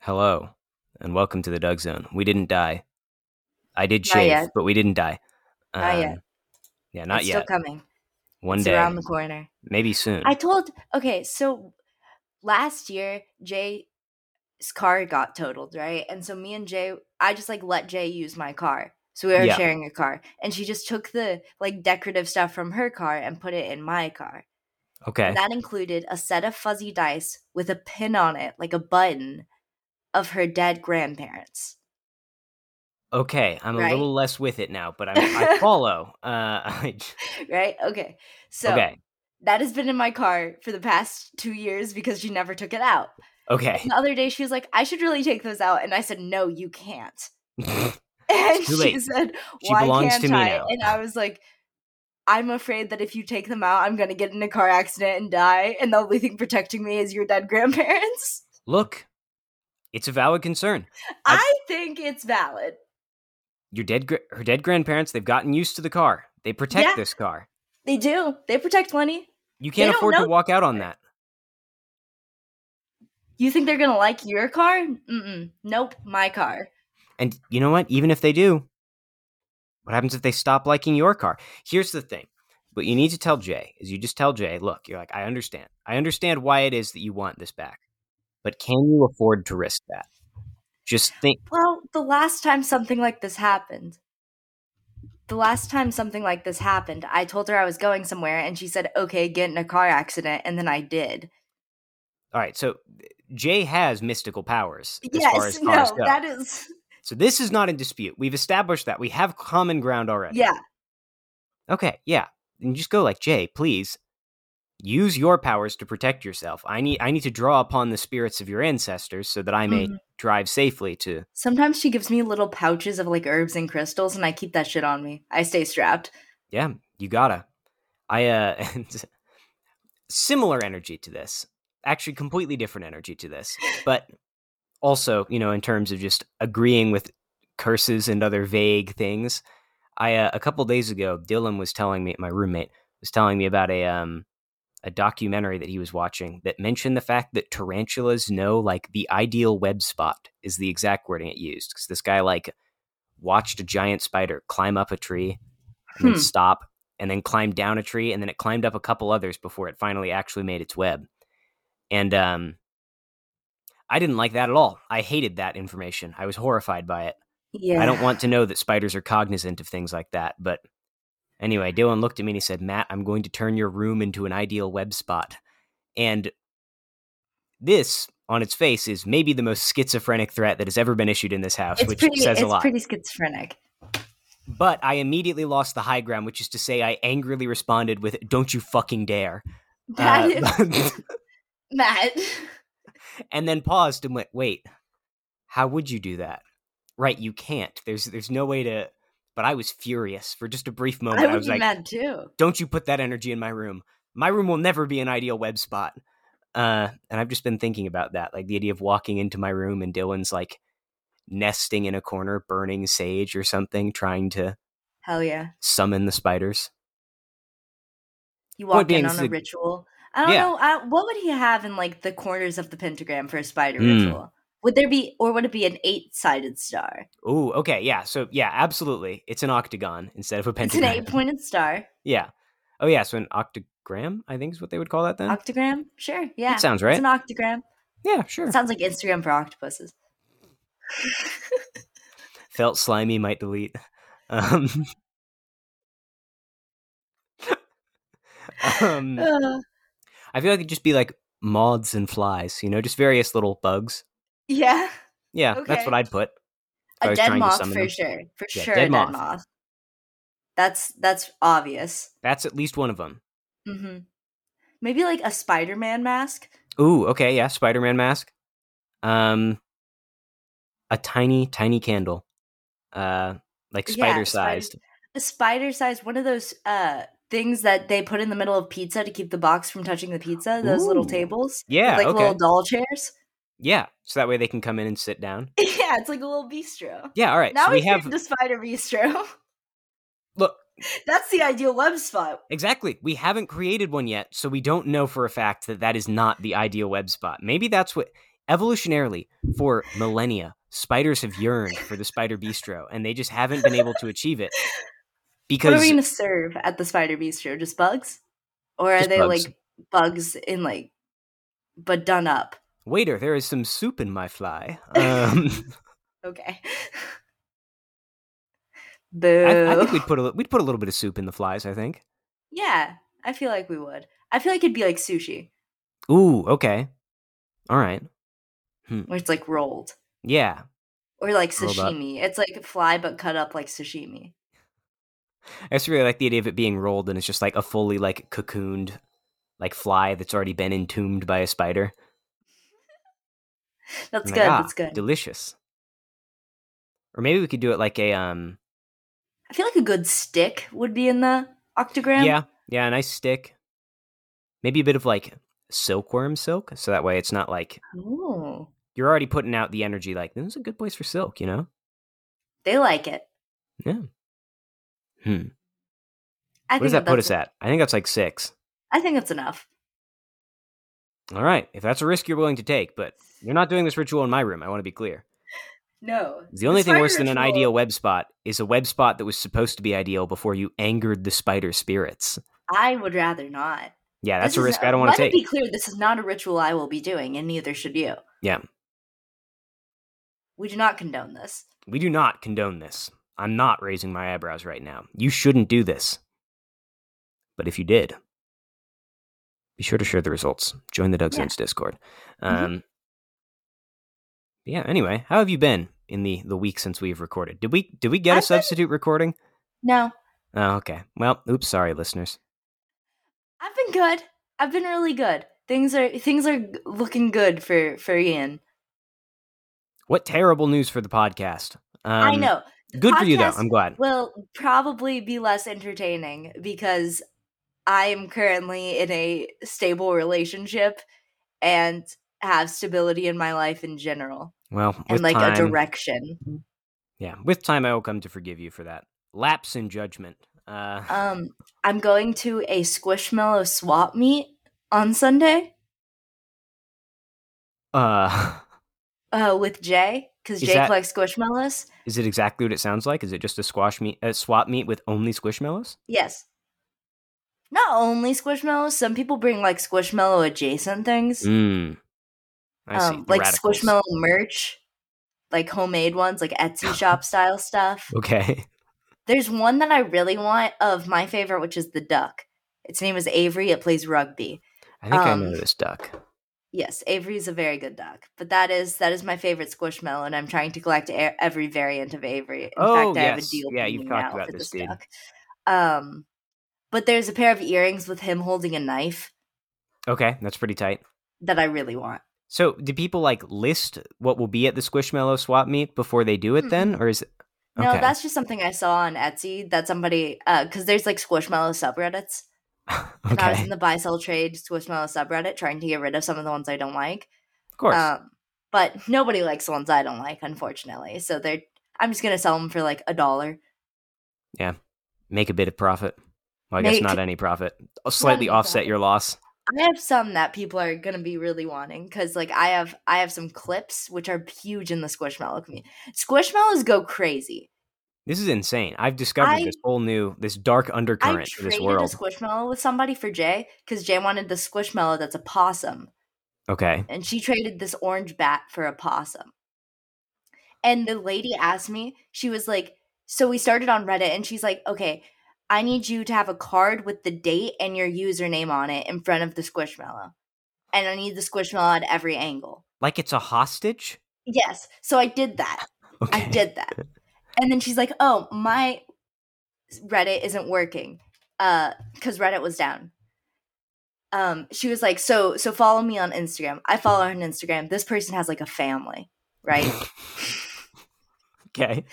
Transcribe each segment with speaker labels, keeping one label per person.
Speaker 1: Hello, and welcome to the Doug Zone. We didn't die. I did
Speaker 2: Not
Speaker 1: shave,
Speaker 2: yet.
Speaker 1: but we didn't die. Um,
Speaker 2: Not yet.
Speaker 1: Yeah, not
Speaker 2: it's
Speaker 1: yet.
Speaker 2: Still coming.
Speaker 1: One
Speaker 2: it's
Speaker 1: day,
Speaker 2: around the corner.
Speaker 1: maybe soon.
Speaker 2: I told. Okay, so last year Jay's car got totaled, right? And so me and Jay, I just like let Jay use my car. So we were
Speaker 1: Yeah.
Speaker 2: sharing a car, and she just took the like decorative stuff from her car and put it in my car.
Speaker 1: okay,
Speaker 2: And that included a set of fuzzy dice with a pin on it, like a button, of her dead grandparents.
Speaker 1: okay. I'm
Speaker 2: Right?
Speaker 1: a little less with it now, but I'm, I follow. Uh, I,
Speaker 2: Right? Okay. So
Speaker 1: okay,
Speaker 2: that has been in my car for the past two years because she never took it out.
Speaker 1: okay.
Speaker 2: the other day she was like, I should really take those out. And I said, No, you can't. And
Speaker 1: too
Speaker 2: she
Speaker 1: late.
Speaker 2: said,
Speaker 1: She
Speaker 2: Why
Speaker 1: belongs
Speaker 2: can't
Speaker 1: to me
Speaker 2: I?
Speaker 1: now.
Speaker 2: And I was like, I'm afraid that if you take them out, I'm gonna get in a car accident and die, and the only thing protecting me is your dead grandparents.
Speaker 1: Look, it's a valid concern.
Speaker 2: I,
Speaker 1: I-
Speaker 2: think it's valid.
Speaker 1: Your dead, gra- her dead grandparents. They've gotten used to the car. They protect
Speaker 2: Yeah.
Speaker 1: this car.
Speaker 2: They do. They protect money.
Speaker 1: You
Speaker 2: They
Speaker 1: can't
Speaker 2: don't
Speaker 1: afford to
Speaker 2: know-
Speaker 1: walk out on that.
Speaker 2: You think they're gonna like your car? Mm-mm. Nope, my car.
Speaker 1: And you know what? Even if they do, what happens if they stop liking your car? Here's the thing. What you need to tell Jay is you just tell Jay, look, you're like, I understand. I understand why it is that you want this back. But can you afford to risk that? Just think
Speaker 2: Well, the last time something like this happened, the last time something like this happened, I told her I was going somewhere and she said, okay, get in a car accident. And then I did.
Speaker 1: all right, so Jay has mystical powers as far as
Speaker 2: yes,
Speaker 1: cars
Speaker 2: no,
Speaker 1: go.
Speaker 2: that is,
Speaker 1: so this is not in dispute. We've established that. We have common ground already.
Speaker 2: yeah,
Speaker 1: Okay, yeah. And just go like, Jay, please use your powers to protect yourself. I need I need to draw upon the spirits of your ancestors so that I may
Speaker 2: Mhm.
Speaker 1: drive safely to
Speaker 2: Sometimes she gives me little pouches of like herbs and crystals and I keep that shit on me. I stay strapped.
Speaker 1: Yeah, you gotta. I uh and similar energy to this. Actually completely different energy to this. But also, you know, in terms of just agreeing with curses and other vague things. I uh, a couple days ago, Dylan was telling me my roommate was telling me about a um a documentary that he was watching that mentioned the fact that tarantulas know like the ideal web spot is the exact wording it used because this guy like watched a giant spider climb up a tree and
Speaker 2: Hmm.
Speaker 1: then stop and then climb down a tree and then it climbed up a couple others before it finally actually made its web and um i didn't like that at all i hated that information i was horrified by it
Speaker 2: Yeah.
Speaker 1: I don't want to know that spiders are cognizant of things like that. But anyway, Dylan looked at me and he said, Matt, I'm going to turn your room into an ideal web spot. And this, on its face, is maybe the most schizophrenic threat that has ever been issued in this house,
Speaker 2: It's
Speaker 1: which
Speaker 2: pretty,
Speaker 1: says a
Speaker 2: it's
Speaker 1: lot.
Speaker 2: pretty schizophrenic.
Speaker 1: but I immediately lost the high ground, which is to say, I angrily responded with, Don't you fucking dare.
Speaker 2: That is
Speaker 1: Uh, Oh,
Speaker 2: Matt.
Speaker 1: and then paused and went, "Wait, how would you do that? Right, you can't. There's there's no way to." But I was furious for just a brief moment.
Speaker 2: I
Speaker 1: I,
Speaker 2: would
Speaker 1: was
Speaker 2: be
Speaker 1: like,
Speaker 2: mad too.
Speaker 1: "Don't you put that energy in my room? My room will never be an ideal web spot." Uh, and I've just been thinking about that, like the idea of walking into my room and Dylan's like nesting in a corner, burning sage or something, trying to
Speaker 2: Hell yeah.
Speaker 1: summon the spiders.
Speaker 2: You
Speaker 1: Point
Speaker 2: walk
Speaker 1: being,
Speaker 2: in
Speaker 1: this
Speaker 2: on a
Speaker 1: is a-
Speaker 2: ritual. I don't
Speaker 1: Yeah.
Speaker 2: know. I, what would he have in like the corners of the pentagram for a spider
Speaker 1: Mm.
Speaker 2: ritual? Would there be, or would it be an eight sided star?
Speaker 1: Ooh, okay, yeah. So yeah, absolutely, it's an octagon instead of a
Speaker 2: It's an
Speaker 1: pentagram.
Speaker 2: eight pointed star.
Speaker 1: Yeah. Oh yeah, so an octagram, I think is what they would call that then.
Speaker 2: Octagram? Sure. Yeah.
Speaker 1: That sounds
Speaker 2: It's
Speaker 1: right.
Speaker 2: an octagram.
Speaker 1: yeah, sure.
Speaker 2: It sounds like Instagram for octopuses.
Speaker 1: Felt slimy might delete. Um, um,
Speaker 2: Uh,
Speaker 1: I feel like it'd just be like moths and flies, you know, just various little bugs.
Speaker 2: yeah.
Speaker 1: Yeah, that's
Speaker 2: Okay.
Speaker 1: what I'd put. I
Speaker 2: A
Speaker 1: was
Speaker 2: dead
Speaker 1: trying to
Speaker 2: moth
Speaker 1: summon
Speaker 2: for
Speaker 1: them.
Speaker 2: sure. For
Speaker 1: Yeah,
Speaker 2: sure
Speaker 1: dead
Speaker 2: a dead
Speaker 1: moth.
Speaker 2: moth. That's that's obvious.
Speaker 1: That's at least one of them.
Speaker 2: hmm Maybe like a Spider Man mask.
Speaker 1: Ooh, okay, yeah, Spider-Man mask. Um, a tiny, tiny candle, uh, like
Speaker 2: Yeah, spider-
Speaker 1: spider-sized.
Speaker 2: A spider sized one of those uh things that they put in the middle of pizza to keep the box from touching the pizza, those little
Speaker 1: Ooh.
Speaker 2: tables.
Speaker 1: yeah,
Speaker 2: with, like
Speaker 1: okay,
Speaker 2: little doll chairs.
Speaker 1: yeah. So that way they can come in and sit down.
Speaker 2: yeah, it's like a little bistro.
Speaker 1: Eh, Yeah, all right.
Speaker 2: now
Speaker 1: so
Speaker 2: we
Speaker 1: we have
Speaker 2: the spider bistro.
Speaker 1: look
Speaker 2: That's the ideal web spot.
Speaker 1: Exactly. We haven't created one yet, so we don't know for a fact that that is not the ideal web spot. Maybe that's what evolutionarily for millennia spiders have yearned for the spider bistro and they just haven't been able to achieve it because
Speaker 2: What are we gonna serve at the Spider Bistro? Just bugs, or are
Speaker 1: Just
Speaker 2: they
Speaker 1: bugs.
Speaker 2: like bugs in like, but done up?
Speaker 1: waiter there is some soup in my fly um,
Speaker 2: Okay. Boo.
Speaker 1: I, I think we'd put a li- we'd put a little bit of soup in the flies i think
Speaker 2: yeah, I feel like we would. I feel like it'd be like sushi,
Speaker 1: ooh okay all right
Speaker 2: where it's like rolled,
Speaker 1: yeah
Speaker 2: or like
Speaker 1: Rolled up.
Speaker 2: sashimi. It's like fly but cut up like sashimi.
Speaker 1: i just really like the idea of it being rolled and it's just like a fully like cocooned like fly that's already been entombed by a spider
Speaker 2: That's
Speaker 1: I'm
Speaker 2: good.
Speaker 1: like, "Ah,
Speaker 2: that's good.
Speaker 1: delicious or maybe we could do it like a um
Speaker 2: I feel like a good stick would be in the octagram.
Speaker 1: Yeah, yeah, a nice stick. Maybe a bit of like silkworm silk, so that way it's not like
Speaker 2: Ooh,
Speaker 1: you're already putting out the energy. Like this is a good place for silk, you know?
Speaker 2: they like it.
Speaker 1: Hmm.
Speaker 2: I
Speaker 1: What does
Speaker 2: think
Speaker 1: that put
Speaker 2: that's-
Speaker 1: us at? I think that's like six.
Speaker 2: I think that's enough.
Speaker 1: All right, if that's a risk you're willing to take, but you're not doing this ritual in my room. I want to be clear.
Speaker 2: No.
Speaker 1: The only thing
Speaker 2: spider
Speaker 1: worse than an
Speaker 2: ritual-
Speaker 1: ideal web spot is a web spot that was supposed to be ideal before you angered the spider spirits.
Speaker 2: I would rather not.
Speaker 1: Yeah, that's
Speaker 2: This
Speaker 1: a
Speaker 2: is-
Speaker 1: risk I don't want to
Speaker 2: Let it be
Speaker 1: take.
Speaker 2: clear, this is not a ritual I will be doing, and neither should you.
Speaker 1: Yeah.
Speaker 2: We do not condone this.
Speaker 1: We do not condone this. I'm not raising my eyebrows right now. You shouldn't do this. But if you did, be sure to share the results. Join the Doug
Speaker 2: Yeah.
Speaker 1: Sense Discord. Um,
Speaker 2: Mhm.
Speaker 1: Yeah. Anyway, how have you been in the the week since we've recorded? Did we did we get a
Speaker 2: I've been-
Speaker 1: substitute recording?
Speaker 2: No.
Speaker 1: Oh, okay. Well, oops, sorry, listeners.
Speaker 2: I've been good. I've been really good. Things are things are g- looking good for for Ian.
Speaker 1: What terrible news for the podcast. Um,
Speaker 2: I know.
Speaker 1: Good for you though.
Speaker 2: Podcast-
Speaker 1: I'm glad.
Speaker 2: Will probably be less entertaining because I am currently in a stable relationship and have stability in my life in general
Speaker 1: Well,
Speaker 2: and
Speaker 1: with
Speaker 2: like
Speaker 1: time, Mm.
Speaker 2: a direction.
Speaker 1: Yeah, with time, I will come to forgive you for that lapse in judgment. Uh,
Speaker 2: Um, I'm going to a Squishmallow swap meet on Sunday
Speaker 1: uh,
Speaker 2: uh, with Jay because
Speaker 1: Is
Speaker 2: Jay
Speaker 1: that-
Speaker 2: collects Squishmallows.
Speaker 1: Is it exactly what it sounds like? Is it just a squash meet, a swap meet with only squishmallows?
Speaker 2: Yes. Not only Squishmallows. Some people bring like Squishmallow adjacent things,
Speaker 1: Mm. I see.
Speaker 2: um,
Speaker 1: the
Speaker 2: like
Speaker 1: radicals.
Speaker 2: Squishmallow merch, like homemade ones, like Etsy shop style stuff.
Speaker 1: Oh. Okay.
Speaker 2: There's one that I really want of my favorite, which is the duck. Its name is Avery. It plays rugby.
Speaker 1: I think I
Speaker 2: Um,
Speaker 1: know this duck.
Speaker 2: Yes, Avery is a very good duck, but that is that is my favorite Squishmallow, and I'm trying to collect a- every variant of Avery. In
Speaker 1: Oh,
Speaker 2: fact, I have a
Speaker 1: yes.
Speaker 2: deal.
Speaker 1: Yeah, you've
Speaker 2: pending
Speaker 1: talked
Speaker 2: now
Speaker 1: about
Speaker 2: for
Speaker 1: this, dude.
Speaker 2: duck. Um, but there's a pair of earrings with him holding a knife
Speaker 1: Okay, that's pretty tight.
Speaker 2: that I really want.
Speaker 1: So, do people like list what will be at the squishmallow swap meet before they do it?
Speaker 2: Mm-mm.
Speaker 1: Then, or is it?
Speaker 2: No,
Speaker 1: Okay.
Speaker 2: that's just something I saw on Etsy that somebody because there's like Squishmallow subreddits. And I was
Speaker 1: okay.
Speaker 2: in the buy sell trade Squishmallow subreddit trying to get rid of some of the ones I don't like.
Speaker 1: Of course.
Speaker 2: Um, but nobody likes the ones I don't like, unfortunately. So they're I'm just gonna sell them for like a dollar.
Speaker 1: Make a bit of profit. Well, I guess
Speaker 2: make-
Speaker 1: not any profit. I'll Slightly
Speaker 2: any
Speaker 1: offset
Speaker 2: profit.
Speaker 1: your loss.
Speaker 2: I have some that people are gonna be really wanting because like I have I have some clips which are huge in the Squishmallow community. Squishmallows go crazy.
Speaker 1: This is insane. I've discovered
Speaker 2: I-
Speaker 1: this whole new, this dark undercurrent
Speaker 2: I
Speaker 1: to this
Speaker 2: traded
Speaker 1: world.
Speaker 2: a Squishmallow with somebody for Jay because Jay wanted the Squishmallow that's a possum.
Speaker 1: okay.
Speaker 2: and she traded this orange bat for a possum. And the lady asked me, she was like, so we started on Reddit and she's like, okay, I need you to have a card with the date and your username on it in front of the squishmallow. And I need the squishmallow at every angle.
Speaker 1: Like it's a hostage.
Speaker 2: Yes. So I did that.
Speaker 1: Okay.
Speaker 2: I did that. And then she's like, "Oh, my Reddit isn't working uh cuz Reddit was down." Um she was like, "So so follow me on Instagram." I follow her on Instagram. This person has like a family, right?
Speaker 1: Okay.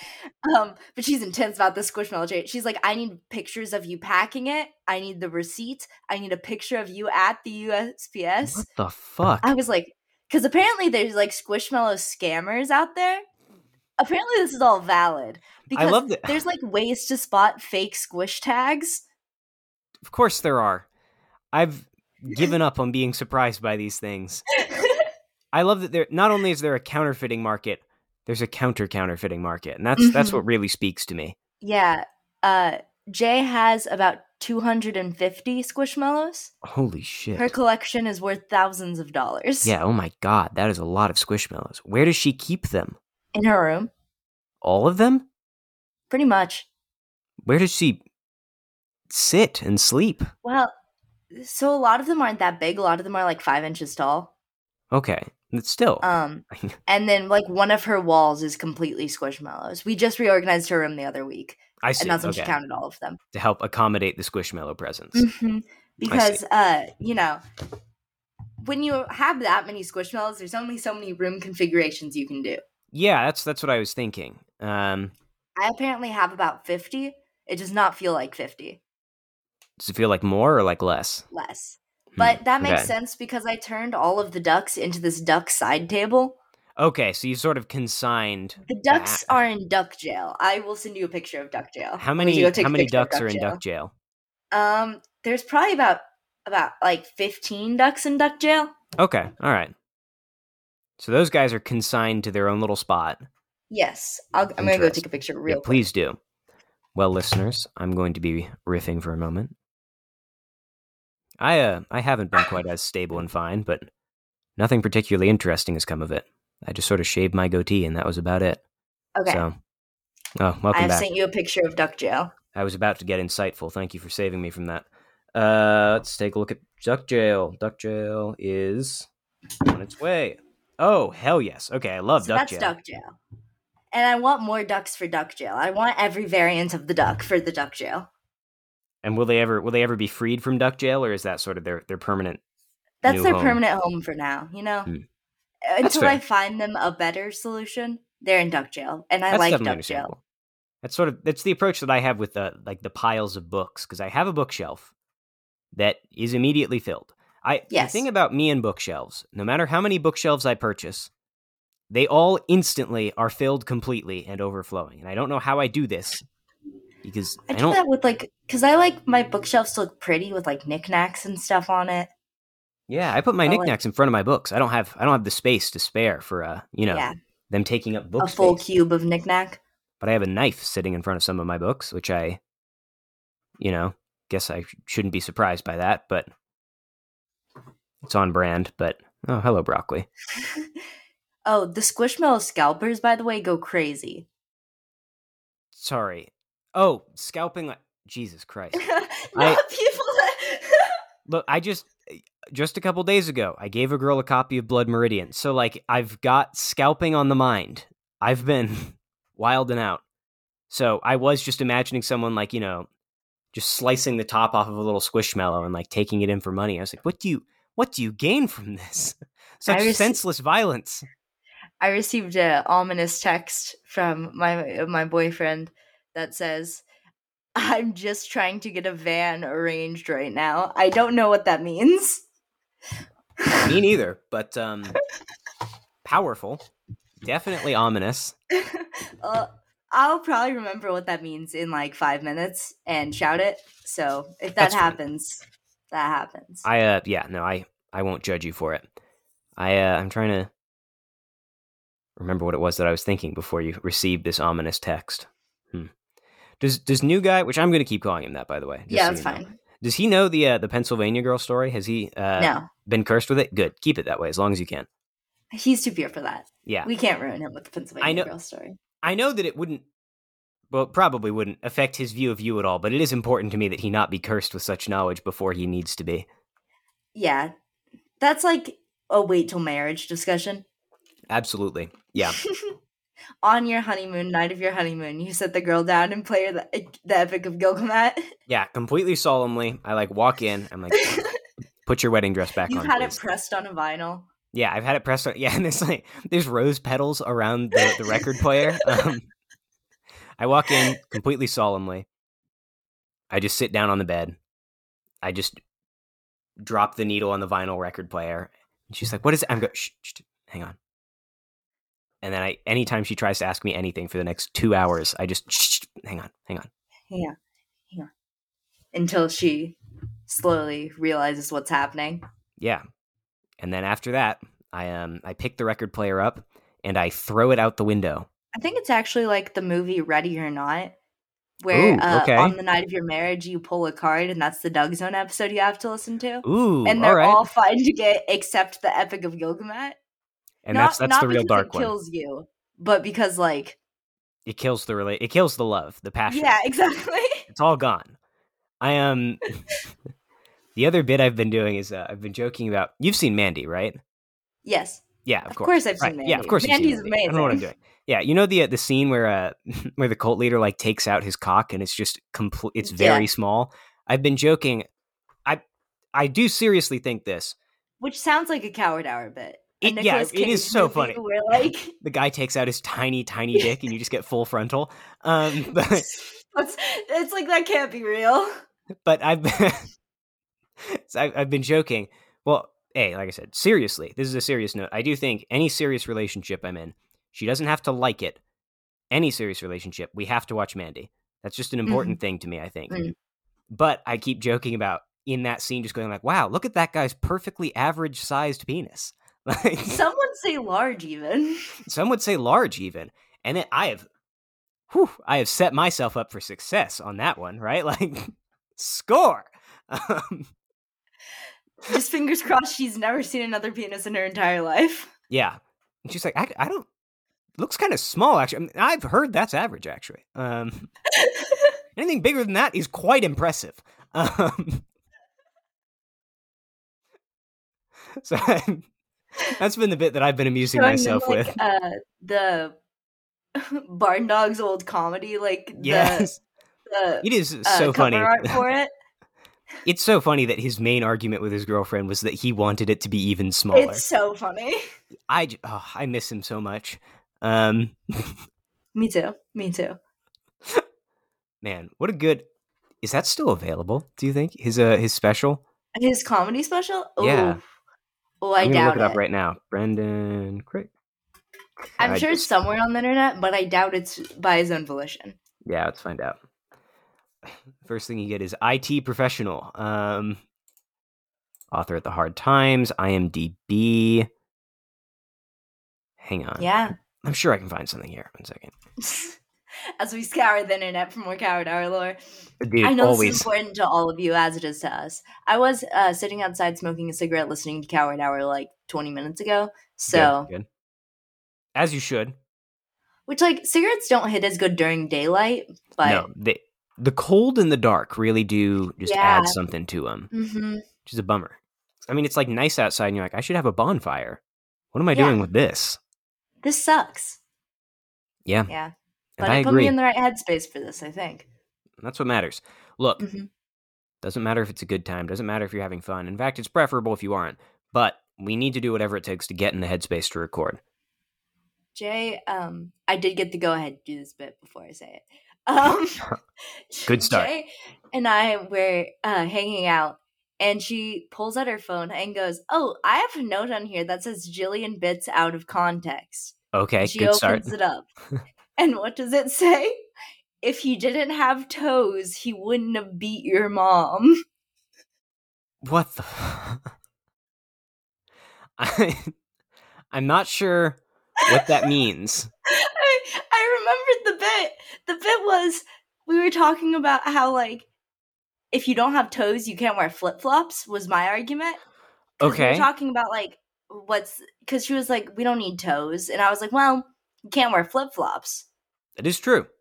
Speaker 2: um but she's intense about the squishmallow trade. She's like, "I need pictures of you packing it. I need the receipt. I need a picture of you at the USPS."
Speaker 1: What the fuck?
Speaker 2: Uh, I was like, because apparently there's like squishmallow scammers out there. Apparently, this is all valid because
Speaker 1: love that-
Speaker 2: there's like ways to spot fake squish tags.
Speaker 1: Of course there are. I've given up on being surprised by these things. I love that there not only is there a counterfeiting market, there's a counter counterfeiting market. And that's that's
Speaker 2: Mhm.
Speaker 1: what really speaks to me.
Speaker 2: yeah, uh, Jay has about 250 squishmallows.
Speaker 1: Holy shit.
Speaker 2: Her collection is worth thousands of dollars.
Speaker 1: yeah, oh my god, that is a lot of squishmallows. Where does she keep them?
Speaker 2: in her room,
Speaker 1: All of them?
Speaker 2: pretty much.
Speaker 1: Where does she sit and sleep?
Speaker 2: Well, so a lot of them aren't that big. A lot of them are like five inches tall.
Speaker 1: Okay. It's still.
Speaker 2: Um, and then like one of her walls is completely squishmallows. We just reorganized her room the other week,
Speaker 1: I see.
Speaker 2: and that's when she
Speaker 1: Okay.
Speaker 2: counted all of them.
Speaker 1: To help accommodate the squishmallow presence.
Speaker 2: Mhm. Because uh, you know, when you have that many squishmallows, there's only so many room configurations you can do.
Speaker 1: Yeah, that's that's what I was thinking. Um
Speaker 2: I apparently have about fifty. It does not feel like fifty
Speaker 1: does it feel like more or like less?
Speaker 2: less. But that makes
Speaker 1: Hmm. okay.
Speaker 2: sense because I turned all of the ducks into this duck side table.
Speaker 1: Okay, so you sort of consigned
Speaker 2: The ducks
Speaker 1: Ah.
Speaker 2: are in duck jail. I will send you a picture of duck jail.
Speaker 1: how
Speaker 2: Let me
Speaker 1: many
Speaker 2: go take
Speaker 1: how
Speaker 2: a
Speaker 1: many
Speaker 2: picture of
Speaker 1: ducks are in duck jail?
Speaker 2: Um, there's probably about about like 15 ducks in duck jail.
Speaker 1: Okay, all right. So those guys are consigned to their own little spot.
Speaker 2: Yes, I'll, I'm gonna go
Speaker 1: Interest.
Speaker 2: take a picture
Speaker 1: Yeah,
Speaker 2: real quick.
Speaker 1: please do. Well, listeners, I'm going to be riffing for a moment. I uh I haven't been quite as stable and fine, but nothing particularly interesting has come of it. I just sort of shaved my goatee and that was about it.
Speaker 2: Okay,
Speaker 1: So Oh,
Speaker 2: I
Speaker 1: welcome
Speaker 2: have
Speaker 1: back.
Speaker 2: sent you a picture of duck jail.
Speaker 1: I was about to get insightful. Thank you for saving me from that. Uh, let's take a look at Duck Jail. Duck Jail is on its way. Oh hell yes! Okay, I love
Speaker 2: so
Speaker 1: Duck
Speaker 2: that's
Speaker 1: Jail.
Speaker 2: duck jail. And I want more ducks for duck jail. I want every variant of the duck for the duck jail.
Speaker 1: And will they ever will they ever be freed from Duck Jail, or is that sort of their their permanent?
Speaker 2: That's
Speaker 1: New
Speaker 2: their
Speaker 1: home.
Speaker 2: permanent home for now. You know,
Speaker 1: Hmm.
Speaker 2: until
Speaker 1: fair.
Speaker 2: I find them a better solution, they're in duck jail, and I
Speaker 1: That's
Speaker 2: like
Speaker 1: definitely
Speaker 2: duck jail.
Speaker 1: understandable. That's sort of that's the approach that I have with the like the piles of books because I have a bookshelf that is immediately filled. I
Speaker 2: Yes.
Speaker 1: the thing about me and bookshelves, no matter how many bookshelves I purchase, they all instantly are filled completely and overflowing. And I don't know how I do this because I,
Speaker 2: I do
Speaker 1: don't.
Speaker 2: that with like, cause I like my bookshelves to look pretty with like knickknacks and stuff on it.
Speaker 1: Yeah, I put my
Speaker 2: I like-
Speaker 1: knickknacks in front of my books. I don't have I don't have the space to spare for uh you know
Speaker 2: Yeah.
Speaker 1: them taking up book
Speaker 2: a full
Speaker 1: space.
Speaker 2: cube of knickknack.
Speaker 1: But I have a knife sitting in front of some of my books, which I, you know, guess I sh- shouldn't be surprised by that. But it's on brand. But oh, hello broccoli.
Speaker 2: oh, the Squishmallow scalpers, by the way, go crazy.
Speaker 1: Sorry. Oh, scalping. like- Jesus Christ.
Speaker 2: Not
Speaker 1: I-
Speaker 2: people that.
Speaker 1: Look, I just eh, just a couple days ago, I gave a girl a copy of Blood Meridian. So like I've got scalping on the mind. I've been wilding out. So I was just imagining someone like, you know, just slicing the top off of a little squishmallow and like taking it in for money. I was like, what do you what do you gain from this? Such
Speaker 2: rece-
Speaker 1: senseless violence.
Speaker 2: I received a ominous text from my my boyfriend that says, "I'm just trying to get a van arranged right now. I don't know what that means."
Speaker 1: Me neither, but um powerful. Definitely ominous.
Speaker 2: uh, I'll probably remember what that means in like five minutes and shout it. So if that
Speaker 1: That's fine.
Speaker 2: happens, that happens.
Speaker 1: I uh yeah, no, I I won't judge you for it. I uh I'm trying to remember what it was that I was thinking before you received this ominous text. Hmm. Does does new guy, which I'm going to keep calling him that by the way. just
Speaker 2: yeah,
Speaker 1: so
Speaker 2: that's
Speaker 1: you know.
Speaker 2: fine.
Speaker 1: Does he know the uh, the Pennsylvania girl story? Has he uh
Speaker 2: no,
Speaker 1: been cursed with it? Good. Keep it that way as long as you can.
Speaker 2: he's too pure for that.
Speaker 1: Yeah.
Speaker 2: We can't ruin him with the Pennsylvania
Speaker 1: know-
Speaker 2: Girl story.
Speaker 1: I know that it wouldn't well, it probably wouldn't affect his view of you at all, but it is important to me that he not be cursed with such knowledge before he needs to be.
Speaker 2: Yeah, that's like a wait till marriage discussion.
Speaker 1: Absolutely. Yeah.
Speaker 2: On your honeymoon, night of your honeymoon, you set the girl down and play her the, e, the Epic of Gilgamesh.
Speaker 1: Yeah, completely solemnly. I like walk in. I'm like, put your wedding dress back
Speaker 2: You've
Speaker 1: on.
Speaker 2: had
Speaker 1: please."
Speaker 2: it pressed on a vinyl.
Speaker 1: yeah, I've had it pressed. On, yeah, and there's like there's rose petals around the, the record player. Um, I walk in completely solemnly. I just sit down on the bed. I just drop the needle on the vinyl record player. And she's like, "What is?" It? I'm go. Shh, shh, hang on. And then I, anytime she tries to ask me anything for the next two hours, I just shh, shh, hang on, hang on.
Speaker 2: Yeah. Yeah. Until she slowly realizes what's happening.
Speaker 1: Yeah. And then after that, I um I pick the record player up and I throw it out the window.
Speaker 2: I think it's actually like the movie Ready or Not, where
Speaker 1: Ooh,
Speaker 2: uh,
Speaker 1: okay.
Speaker 2: on the night of your marriage, you pull a card, and that's the Doug Zone episode you have to listen to.
Speaker 1: Ooh,
Speaker 2: and
Speaker 1: all
Speaker 2: they're
Speaker 1: right.
Speaker 2: all fine to get except the Epic of Gilgamesh.
Speaker 1: and
Speaker 2: not,
Speaker 1: that's that's
Speaker 2: not
Speaker 1: the real
Speaker 2: because
Speaker 1: dark
Speaker 2: it
Speaker 1: one.
Speaker 2: kills you, but because like
Speaker 1: It kills the rela- it kills the love, the passion.
Speaker 2: yeah, exactly.
Speaker 1: It's all gone. I am. the other bit I've been doing is uh, I've been joking about. You've seen Mandy, right?
Speaker 2: yes,
Speaker 1: Yeah, of,
Speaker 2: of course. I've seen
Speaker 1: Right.
Speaker 2: Mandy.
Speaker 1: Yeah, of course. you've seen
Speaker 2: Mandy's
Speaker 1: Mandy.
Speaker 2: amazing.
Speaker 1: I don't know what I'm doing. Yeah, you know the uh, the scene where uh where the cult leader like takes out his cock and it's just complete. It's
Speaker 2: Yeah.
Speaker 1: very small. I've been joking. I I do seriously think this.
Speaker 2: Which sounds like a coward hour bit. A
Speaker 1: It- yeah,
Speaker 2: Nicolas
Speaker 1: it is
Speaker 2: Cage
Speaker 1: so
Speaker 2: movie
Speaker 1: funny.
Speaker 2: Where like
Speaker 1: The guy takes out his tiny, tiny dick, and you just get full frontal. Um, but
Speaker 2: that's, it's like that can't be real.
Speaker 1: but I've so I've, I've been joking. Well, hey, like I said, seriously, this is a serious note. I do think any serious relationship I'm in, she doesn't have to like it. Any serious relationship, we have to watch Mandy. That's just an important thing to me, I think.
Speaker 2: Mm.
Speaker 1: But I keep joking about in that scene, just going like, "Wow, look at that guy's perfectly average-sized penis." Like,
Speaker 2: Some would say large even.
Speaker 1: some would say large, even. And it, I have, whew, I have set myself up for success on that one, right? Like, score. Um,
Speaker 2: Just fingers crossed she's never seen another penis in her entire life.
Speaker 1: Yeah. And she's like, I, I don't. Looks kind of small, actually. I mean, I've heard that's average, actually. Um, anything bigger than that is quite impressive. Um, so that's been the bit that I've been amusing
Speaker 2: Showing them,
Speaker 1: myself
Speaker 2: like,
Speaker 1: with.
Speaker 2: Uh, the Barn Dogs old comedy, like
Speaker 1: Yes,
Speaker 2: the,
Speaker 1: it is
Speaker 2: the uh,
Speaker 1: so
Speaker 2: cover
Speaker 1: funny.
Speaker 2: art for it.
Speaker 1: It's so funny that his main argument with his girlfriend was that he wanted it to be even smaller.
Speaker 2: It's so funny.
Speaker 1: I j- oh, I miss him so much. Um,
Speaker 2: Me too. Me too.
Speaker 1: man, what a good. Is that still available? Do you think his uh his special?
Speaker 2: His comedy special? Ooh.
Speaker 1: Yeah.
Speaker 2: Oh, I
Speaker 1: am gonna
Speaker 2: doubt
Speaker 1: look it
Speaker 2: it.
Speaker 1: up right now. Brendan Crick.
Speaker 2: I'm
Speaker 1: I
Speaker 2: sure it's
Speaker 1: just-
Speaker 2: somewhere on the internet, but I doubt it's by his own volition.
Speaker 1: Yeah, let's find out. First thing you get is IT professional. Um, author at the Hard Times, IMDb. Hang on.
Speaker 2: Yeah.
Speaker 1: I'm sure I can find something here. One second.
Speaker 2: As we scour the internet for more coward hour lore.
Speaker 1: Dude,
Speaker 2: I know this is
Speaker 1: always.
Speaker 2: important to all of you as it is to us. I was uh, sitting outside smoking a cigarette listening to Coward Hour like 20 minutes ago.
Speaker 1: good,
Speaker 2: So,
Speaker 1: good. As you should.
Speaker 2: which like cigarettes don't hit as good during daylight, but
Speaker 1: no, they, the cold and the dark really do just add
Speaker 2: Yeah.
Speaker 1: something to them,
Speaker 2: Mhm.
Speaker 1: which is a bummer. I mean, it's like nice outside, and you're like, I should have a bonfire. What am I
Speaker 2: Yeah.
Speaker 1: doing with this?
Speaker 2: this sucks.
Speaker 1: Yeah.
Speaker 2: Yeah.
Speaker 1: And
Speaker 2: But
Speaker 1: I
Speaker 2: it put
Speaker 1: agree.
Speaker 2: me in the right headspace for this, I think.
Speaker 1: That's what matters. Look,
Speaker 2: Mhm.
Speaker 1: doesn't matter if it's a good time, doesn't matter if you're having fun. In fact, it's preferable if you aren't. But we need to do whatever it takes to get in the headspace to record.
Speaker 2: Jay, um, I did get the go ahead to do this bit before I say it. Um,
Speaker 1: Good start.
Speaker 2: Jay and I were uh, hanging out, and she pulls out her phone and goes, "Oh, I have a note on here that says Jillian bits out of context."
Speaker 1: Okay,
Speaker 2: she
Speaker 1: good
Speaker 2: opens
Speaker 1: start.
Speaker 2: it up, and what does it say? If he didn't have toes, he wouldn't have beat your mom.
Speaker 1: What the? f- I, I'm not sure what that means.
Speaker 2: I, I remembered the bit. The bit was we were talking about how like if you don't have toes, you can't wear flip flops. Was my argument. 'Cause We
Speaker 1: Okay.
Speaker 2: were talking about like what's because she was like we don't need toes, and I was like, well, you can't wear flip flops.
Speaker 1: That is true.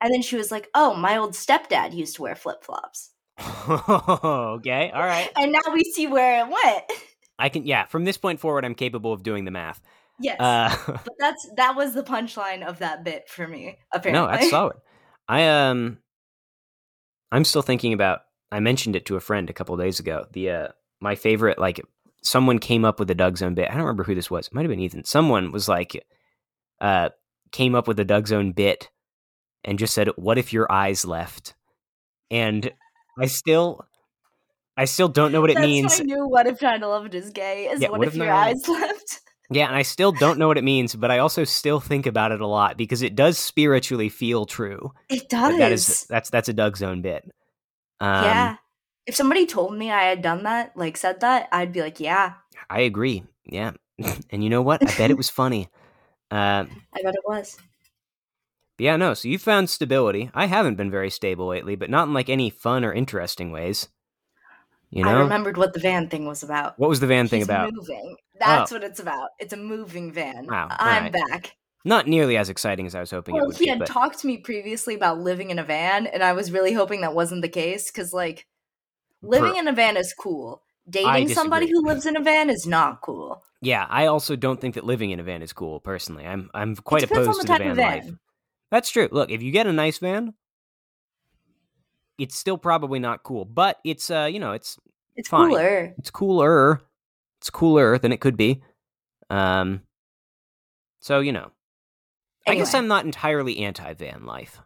Speaker 2: And then she was like, oh, my old stepdad used to wear flip flops,
Speaker 1: okay, all right.
Speaker 2: and now we see where it went.
Speaker 1: I can, yeah, from this point forward, I'm capable of doing the math.
Speaker 2: yes,
Speaker 1: Uh,
Speaker 2: but that's that was the punchline of that bit for me. Apparently,
Speaker 1: No, that's solid. I um, I'm still thinking about. I mentioned it to a friend a couple days ago. The uh, my favorite like someone came up with a Doug Zone bit. I don't remember who this was. It might have been Ethan. Someone was like, uh, came up with a Doug Zone bit and just said, "What if your eyes left?" And I still, I still don't know what it
Speaker 2: That's
Speaker 1: means.
Speaker 2: my new what if trying to love it is gay is
Speaker 1: Yeah,
Speaker 2: what,
Speaker 1: what
Speaker 2: if,
Speaker 1: if
Speaker 2: your
Speaker 1: not-
Speaker 2: eyes left?
Speaker 1: Yeah, and I still don't know what it means, but I also still think about it a lot because it does spiritually feel true.
Speaker 2: It
Speaker 1: Like,
Speaker 2: does.
Speaker 1: That is that's that's a Doug Zone bit. Um,
Speaker 2: yeah. If somebody told me I had done that, like said that, I'd be like, yeah,
Speaker 1: I agree. Yeah, and you know what? I bet it was funny. Uh,
Speaker 2: I bet it was.
Speaker 1: but yeah, no. So you found stability. I haven't been very stable lately, but not in like any fun or interesting ways. You
Speaker 2: I
Speaker 1: know
Speaker 2: remembered what the van thing was about.
Speaker 1: what was the van thing
Speaker 2: He's
Speaker 1: about? Oh.
Speaker 2: moving. That's what it's about. It's a moving van.
Speaker 1: Wow,
Speaker 2: I'm
Speaker 1: alright.
Speaker 2: back.
Speaker 1: Not nearly as exciting as I was hoping it
Speaker 2: Well,
Speaker 1: would
Speaker 2: he
Speaker 1: be.
Speaker 2: had
Speaker 1: But
Speaker 2: talked to me previously about living in a van, and I was really hoping that wasn't the case because, like, living
Speaker 1: Per-
Speaker 2: in a van is cool. Dating somebody
Speaker 1: disagree.
Speaker 2: who lives in a van is not cool.
Speaker 1: yeah, I also don't think that living in a van is cool. Personally, I'm I'm quite
Speaker 2: depends on
Speaker 1: opposed
Speaker 2: the
Speaker 1: to the
Speaker 2: type
Speaker 1: van
Speaker 2: of
Speaker 1: life.
Speaker 2: van.
Speaker 1: That's true. Look, if you get a nice van, it's still probably not cool, but it's uh, you know, it's
Speaker 2: It's
Speaker 1: Fine.
Speaker 2: cooler.
Speaker 1: it's cooler. It's cooler than it could be. Um so, you know, I guess
Speaker 2: Anyway,
Speaker 1: I'm not entirely anti-van life.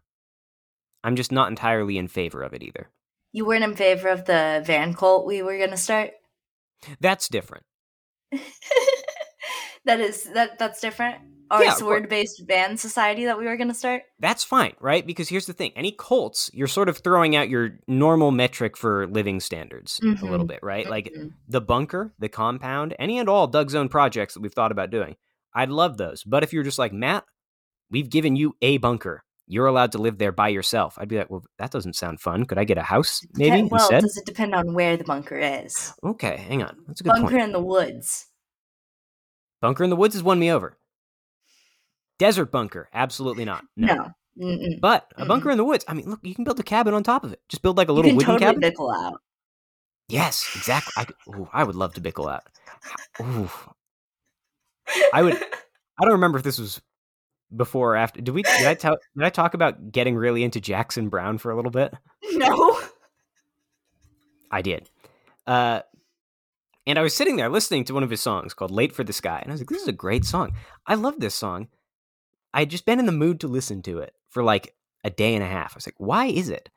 Speaker 1: I'm just not entirely in favor of it either.
Speaker 2: you weren't in favor of the van cult we were gonna start.
Speaker 1: That's different.
Speaker 2: that is that that's different. Our
Speaker 1: Yeah, of course.
Speaker 2: sword based van society that we were gonna start.
Speaker 1: That's fine, right? Because here's the thing. Any cults, you're sort of throwing out your normal metric for living standards a little bit, right? Like
Speaker 2: Mhm.
Speaker 1: the bunker, the compound, any and all Doug Zone projects that we've thought about doing. I'd love those. But if you're just like, Matt, we've given you a bunker. You're allowed to live there by yourself. I'd be like, well, that doesn't sound fun. Could I get a house maybe
Speaker 2: Depen- well,
Speaker 1: instead?
Speaker 2: does it depend on where the bunker is?
Speaker 1: Okay, hang on. That's a good
Speaker 2: Bunker
Speaker 1: point.
Speaker 2: in the woods.
Speaker 1: Bunker in the woods has won me over. Desert bunker, absolutely not. No.
Speaker 2: No. Mm-mm.
Speaker 1: But a
Speaker 2: Mm-mm.
Speaker 1: bunker in the woods, I mean, look, you can build a cabin on top of it. Just build like a
Speaker 2: Mm-hmm. You
Speaker 1: little
Speaker 2: can
Speaker 1: wooden cabin.
Speaker 2: totally pickle out.
Speaker 1: Yes, exactly. I, could- ooh, I would love to bickle out. Ooh, I would- I don't remember if this was before or after. Did we? Did I tell? Did I talk about getting really into Jackson Brown for a little bit?
Speaker 2: no.
Speaker 1: I did. Uh, and I was sitting there listening to one of his songs called "Late for the Sky," and I was like, "This is a great song. I love this song." I had just been in the mood to listen to it for like a day and a half. I was like, "Why is it?"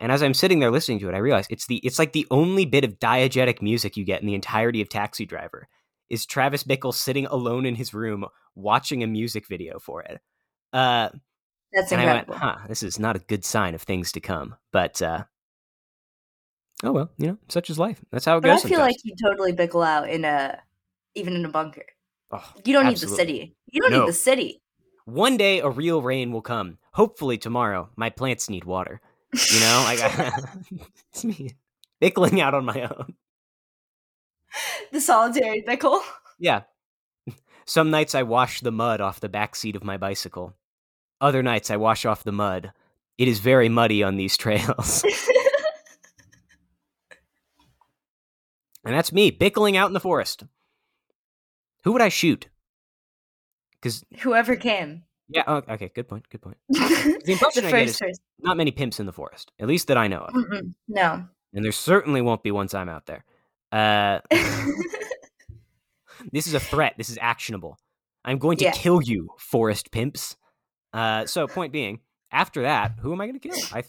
Speaker 1: And as I'm sitting there listening to it, I realized it's the it's like the only bit of diegetic music you get in the entirety of Taxi Driver is Travis Bickle sitting alone in his room watching a music video for it. Uh,
Speaker 2: That's
Speaker 1: and
Speaker 2: incredible.
Speaker 1: I went, huh, this is not a good sign of things to come. But uh, oh well, you know, such is life. That's how it
Speaker 2: but I
Speaker 1: goes.
Speaker 2: feel like you totally pickle out in a even in a bunker.
Speaker 1: sometimes. Oh.
Speaker 2: You don't
Speaker 1: Absolutely.
Speaker 2: need the city. You don't
Speaker 1: No.
Speaker 2: need the city.
Speaker 1: one day a real rain will come. Hopefully tomorrow. My plants need water. You know, I got it's me bickling out on my own.
Speaker 2: the solitary pickle.
Speaker 1: Yeah. Some nights I wash the mud off the back seat of my bicycle. Other nights I wash off the mud. It is very muddy on these trails. And that's me bickling out in the forest. Who would I shoot? Because
Speaker 2: Whoever came.
Speaker 1: Yeah. Oh, okay. Good point. Good point.
Speaker 2: the
Speaker 1: The impression I get is
Speaker 2: first person.
Speaker 1: not many pimps in the forest, at least that I know of,
Speaker 2: Mm-mm. No.
Speaker 1: and there certainly won't be once I'm out there. Uh, this is a threat. This is actionable. I'm going to
Speaker 2: Yeah.
Speaker 1: kill you, forest pimps. Uh, so, point being, after that, who am I going to kill? I,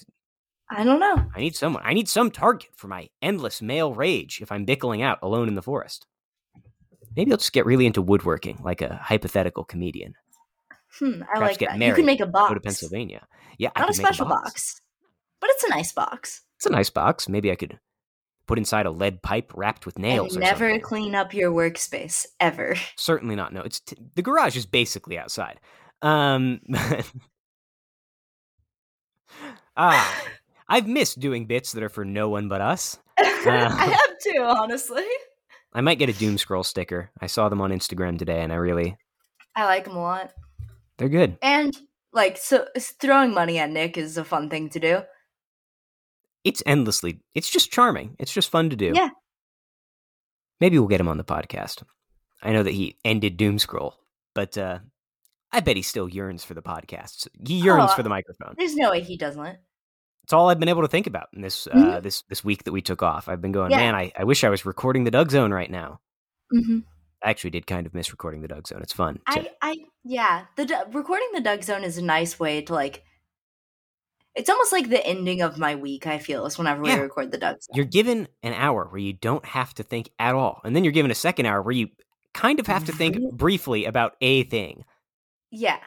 Speaker 2: I don't know.
Speaker 1: I need someone. I need some target for my endless male rage if I'm bickling out alone in the forest. Maybe I'll just get really into woodworking, like a hypothetical comedian.
Speaker 2: Hmm, I
Speaker 1: Perhaps
Speaker 2: like
Speaker 1: get
Speaker 2: that. you
Speaker 1: married,
Speaker 2: can make a box.
Speaker 1: Go to Pennsylvania. Yeah, I
Speaker 2: Not a
Speaker 1: could make
Speaker 2: special
Speaker 1: box.
Speaker 2: box, but it's a nice box.
Speaker 1: It's a nice box. Maybe I could put inside a lead pipe wrapped with nails
Speaker 2: and
Speaker 1: or
Speaker 2: never
Speaker 1: something.
Speaker 2: clean up your workspace ever.
Speaker 1: Certainly not. No, it's t- the garage is basically outside. Um, ah, I've missed doing bits that are for no one but us. Ah.
Speaker 2: I have too, honestly.
Speaker 1: I might get a Doom Scroll sticker. I saw them on Instagram today, and I really
Speaker 2: I like them a lot.
Speaker 1: they're good.
Speaker 2: And like so s- throwing money at Nick is a fun thing to do.
Speaker 1: It's endlessly. It's just charming. It's just fun to do.
Speaker 2: Yeah.
Speaker 1: Maybe we'll get him on the podcast. I know that he ended Doom Scroll, but uh, I bet he still yearns for the podcast. He yearns
Speaker 2: Oh,
Speaker 1: for the microphone.
Speaker 2: There's no way he doesn't.
Speaker 1: It's all I've been able to think about in this uh,
Speaker 2: Mhm.
Speaker 1: this this week that we took off. I've been going,
Speaker 2: Yeah.
Speaker 1: man. I, I wish I was recording the Doug Zone right now.
Speaker 2: Mm-hmm.
Speaker 1: I actually did kind of miss recording the Doug Zone. It's fun. to-
Speaker 2: I, I, yeah. The Du- recording the Doug Zone is a nice way to like. It's almost like the ending of my week. I feel is whenever
Speaker 1: Yeah.
Speaker 2: we record the Doug Zone.
Speaker 1: you're given an hour where you don't have to think at all, and then you're given a second hour where you kind of have to think briefly about a thing.
Speaker 2: Yeah.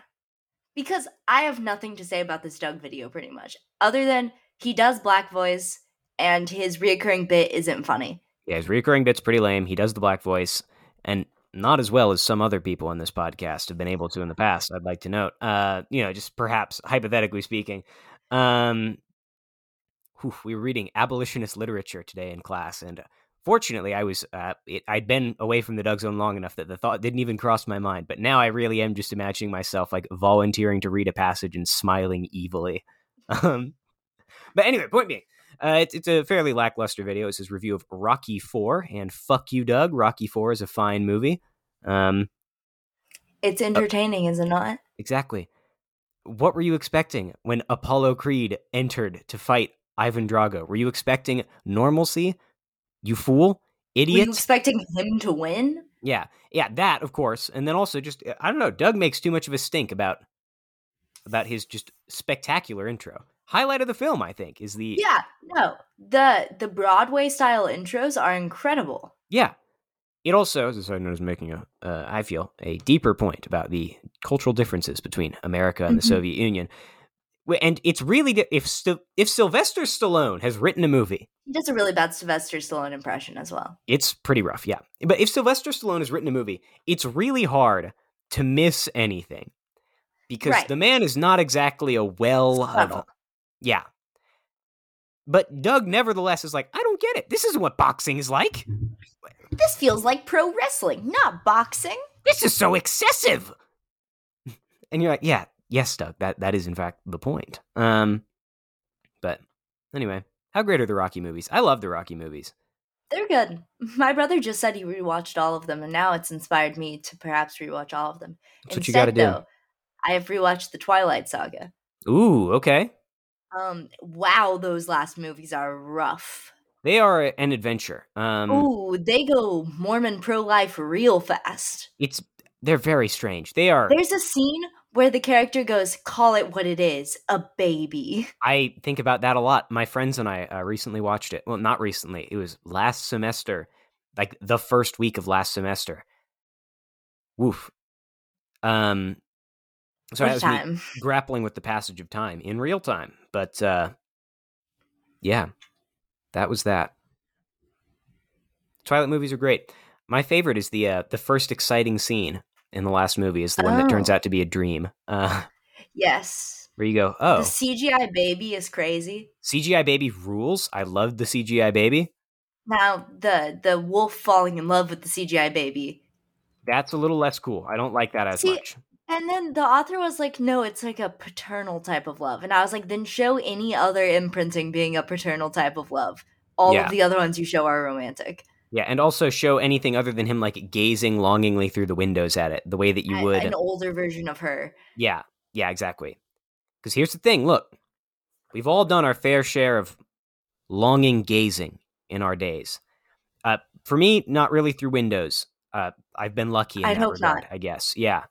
Speaker 2: Because I have nothing to say about this Doug video pretty much, other than he does black voice and his reoccurring bit isn't funny.
Speaker 1: Yeah, his recurring bit's pretty lame. He does the black voice, and not as well as some other people in this podcast have been able to in the past. I'd like to note, uh, you know, just perhaps hypothetically speaking, um, whew, we were reading abolitionist literature today in class, and fortunately, I was uh, it, I'd been away from the Doug Zone long enough that the thought didn't even cross my mind. But now I really am just imagining myself like volunteering to read a passage and smiling evilly. Um, but anyway, point being. Uh, it's, it's a fairly lackluster video. It's his review of Rocky Four and fuck you, Doug. Rocky Four is a fine movie. Um,
Speaker 2: It's entertaining, is it not?
Speaker 1: exactly. What were you expecting when Apollo Creed entered to fight Ivan Drago? Were you expecting normalcy? You fool,
Speaker 2: Were
Speaker 1: idiot.
Speaker 2: you expecting him to win?
Speaker 1: yeah, yeah, that of course, and then also just I don't know. Doug makes too much of a stink about about his just spectacular intro. Highlight of the film, I think, is the
Speaker 2: Yeah, no. The the Broadway style intros are incredible.
Speaker 1: Yeah. It also, as I note, is making a, uh, I feel, a deeper point about the cultural differences between America and the
Speaker 2: Mhm.
Speaker 1: Soviet Union. Wh- And it's really di- if St- if Sylvester Stallone has written a movie,
Speaker 2: He does a really bad Sylvester Stallone impression as well.
Speaker 1: it's pretty rough, yeah. But if Sylvester Stallone has written a movie, it's really hard to miss anything because
Speaker 2: Right.
Speaker 1: the man is not exactly a well of,
Speaker 2: Clever.
Speaker 1: yeah. But Doug, nevertheless, is like, I don't get it. This isn't what boxing is like.
Speaker 2: This feels like pro wrestling, not boxing.
Speaker 1: this is so excessive. And you're like, yeah, yes, Doug, that, that is in fact the point. Um, but anyway, how great are the Rocky movies? I love the Rocky movies.
Speaker 2: They're good. My brother just said he rewatched all of them, and now it's inspired me to perhaps rewatch all of them.
Speaker 1: That's what you got to do.
Speaker 2: though, I have rewatched the Twilight Saga.
Speaker 1: Ooh, okay.
Speaker 2: Um, wow, those last movies are rough.
Speaker 1: They are an adventure. Um,
Speaker 2: Ooh, they go Mormon pro life real fast.
Speaker 1: it's they're very strange. They are.
Speaker 2: There's a scene where the character goes, "Call it what it is, a baby."
Speaker 1: I think about that a lot. My friends and I uh, recently watched it. Well, not recently. It was last semester, like the first week of last semester. Woof. Um. So
Speaker 2: What
Speaker 1: that
Speaker 2: a
Speaker 1: was me
Speaker 2: time.
Speaker 1: grappling with the passage of time in real time. But uh, yeah, that was that. Twilight movies are great. My favorite is the uh, the first exciting scene in the last movie is the one that turns
Speaker 2: Oh.
Speaker 1: out to be a dream, uh,
Speaker 2: Yes,
Speaker 1: where you go, oh,
Speaker 2: the CGI baby is crazy.
Speaker 1: CGI baby rules. I loved the CGI baby.
Speaker 2: Now the the wolf falling in love with the CGI baby
Speaker 1: That's a little less cool. I don't like that as
Speaker 2: See,
Speaker 1: much.
Speaker 2: And then the author was like, no, it's like a paternal type of love. And I was like, then show any other imprinting being a paternal type of love. All
Speaker 1: Yeah.
Speaker 2: of the other ones you show are romantic.
Speaker 1: Yeah, and also show anything other than him like gazing longingly through the windows at it, the way that you
Speaker 2: I-
Speaker 1: would
Speaker 2: An older version of her.
Speaker 1: Yeah, yeah, exactly. Because here's the thing look, we've all done our fair share of longing gazing in our days. Uh, for me, not really through windows. Uh, I've been lucky in
Speaker 2: I'd
Speaker 1: that
Speaker 2: hope
Speaker 1: regard, I guess. Yeah.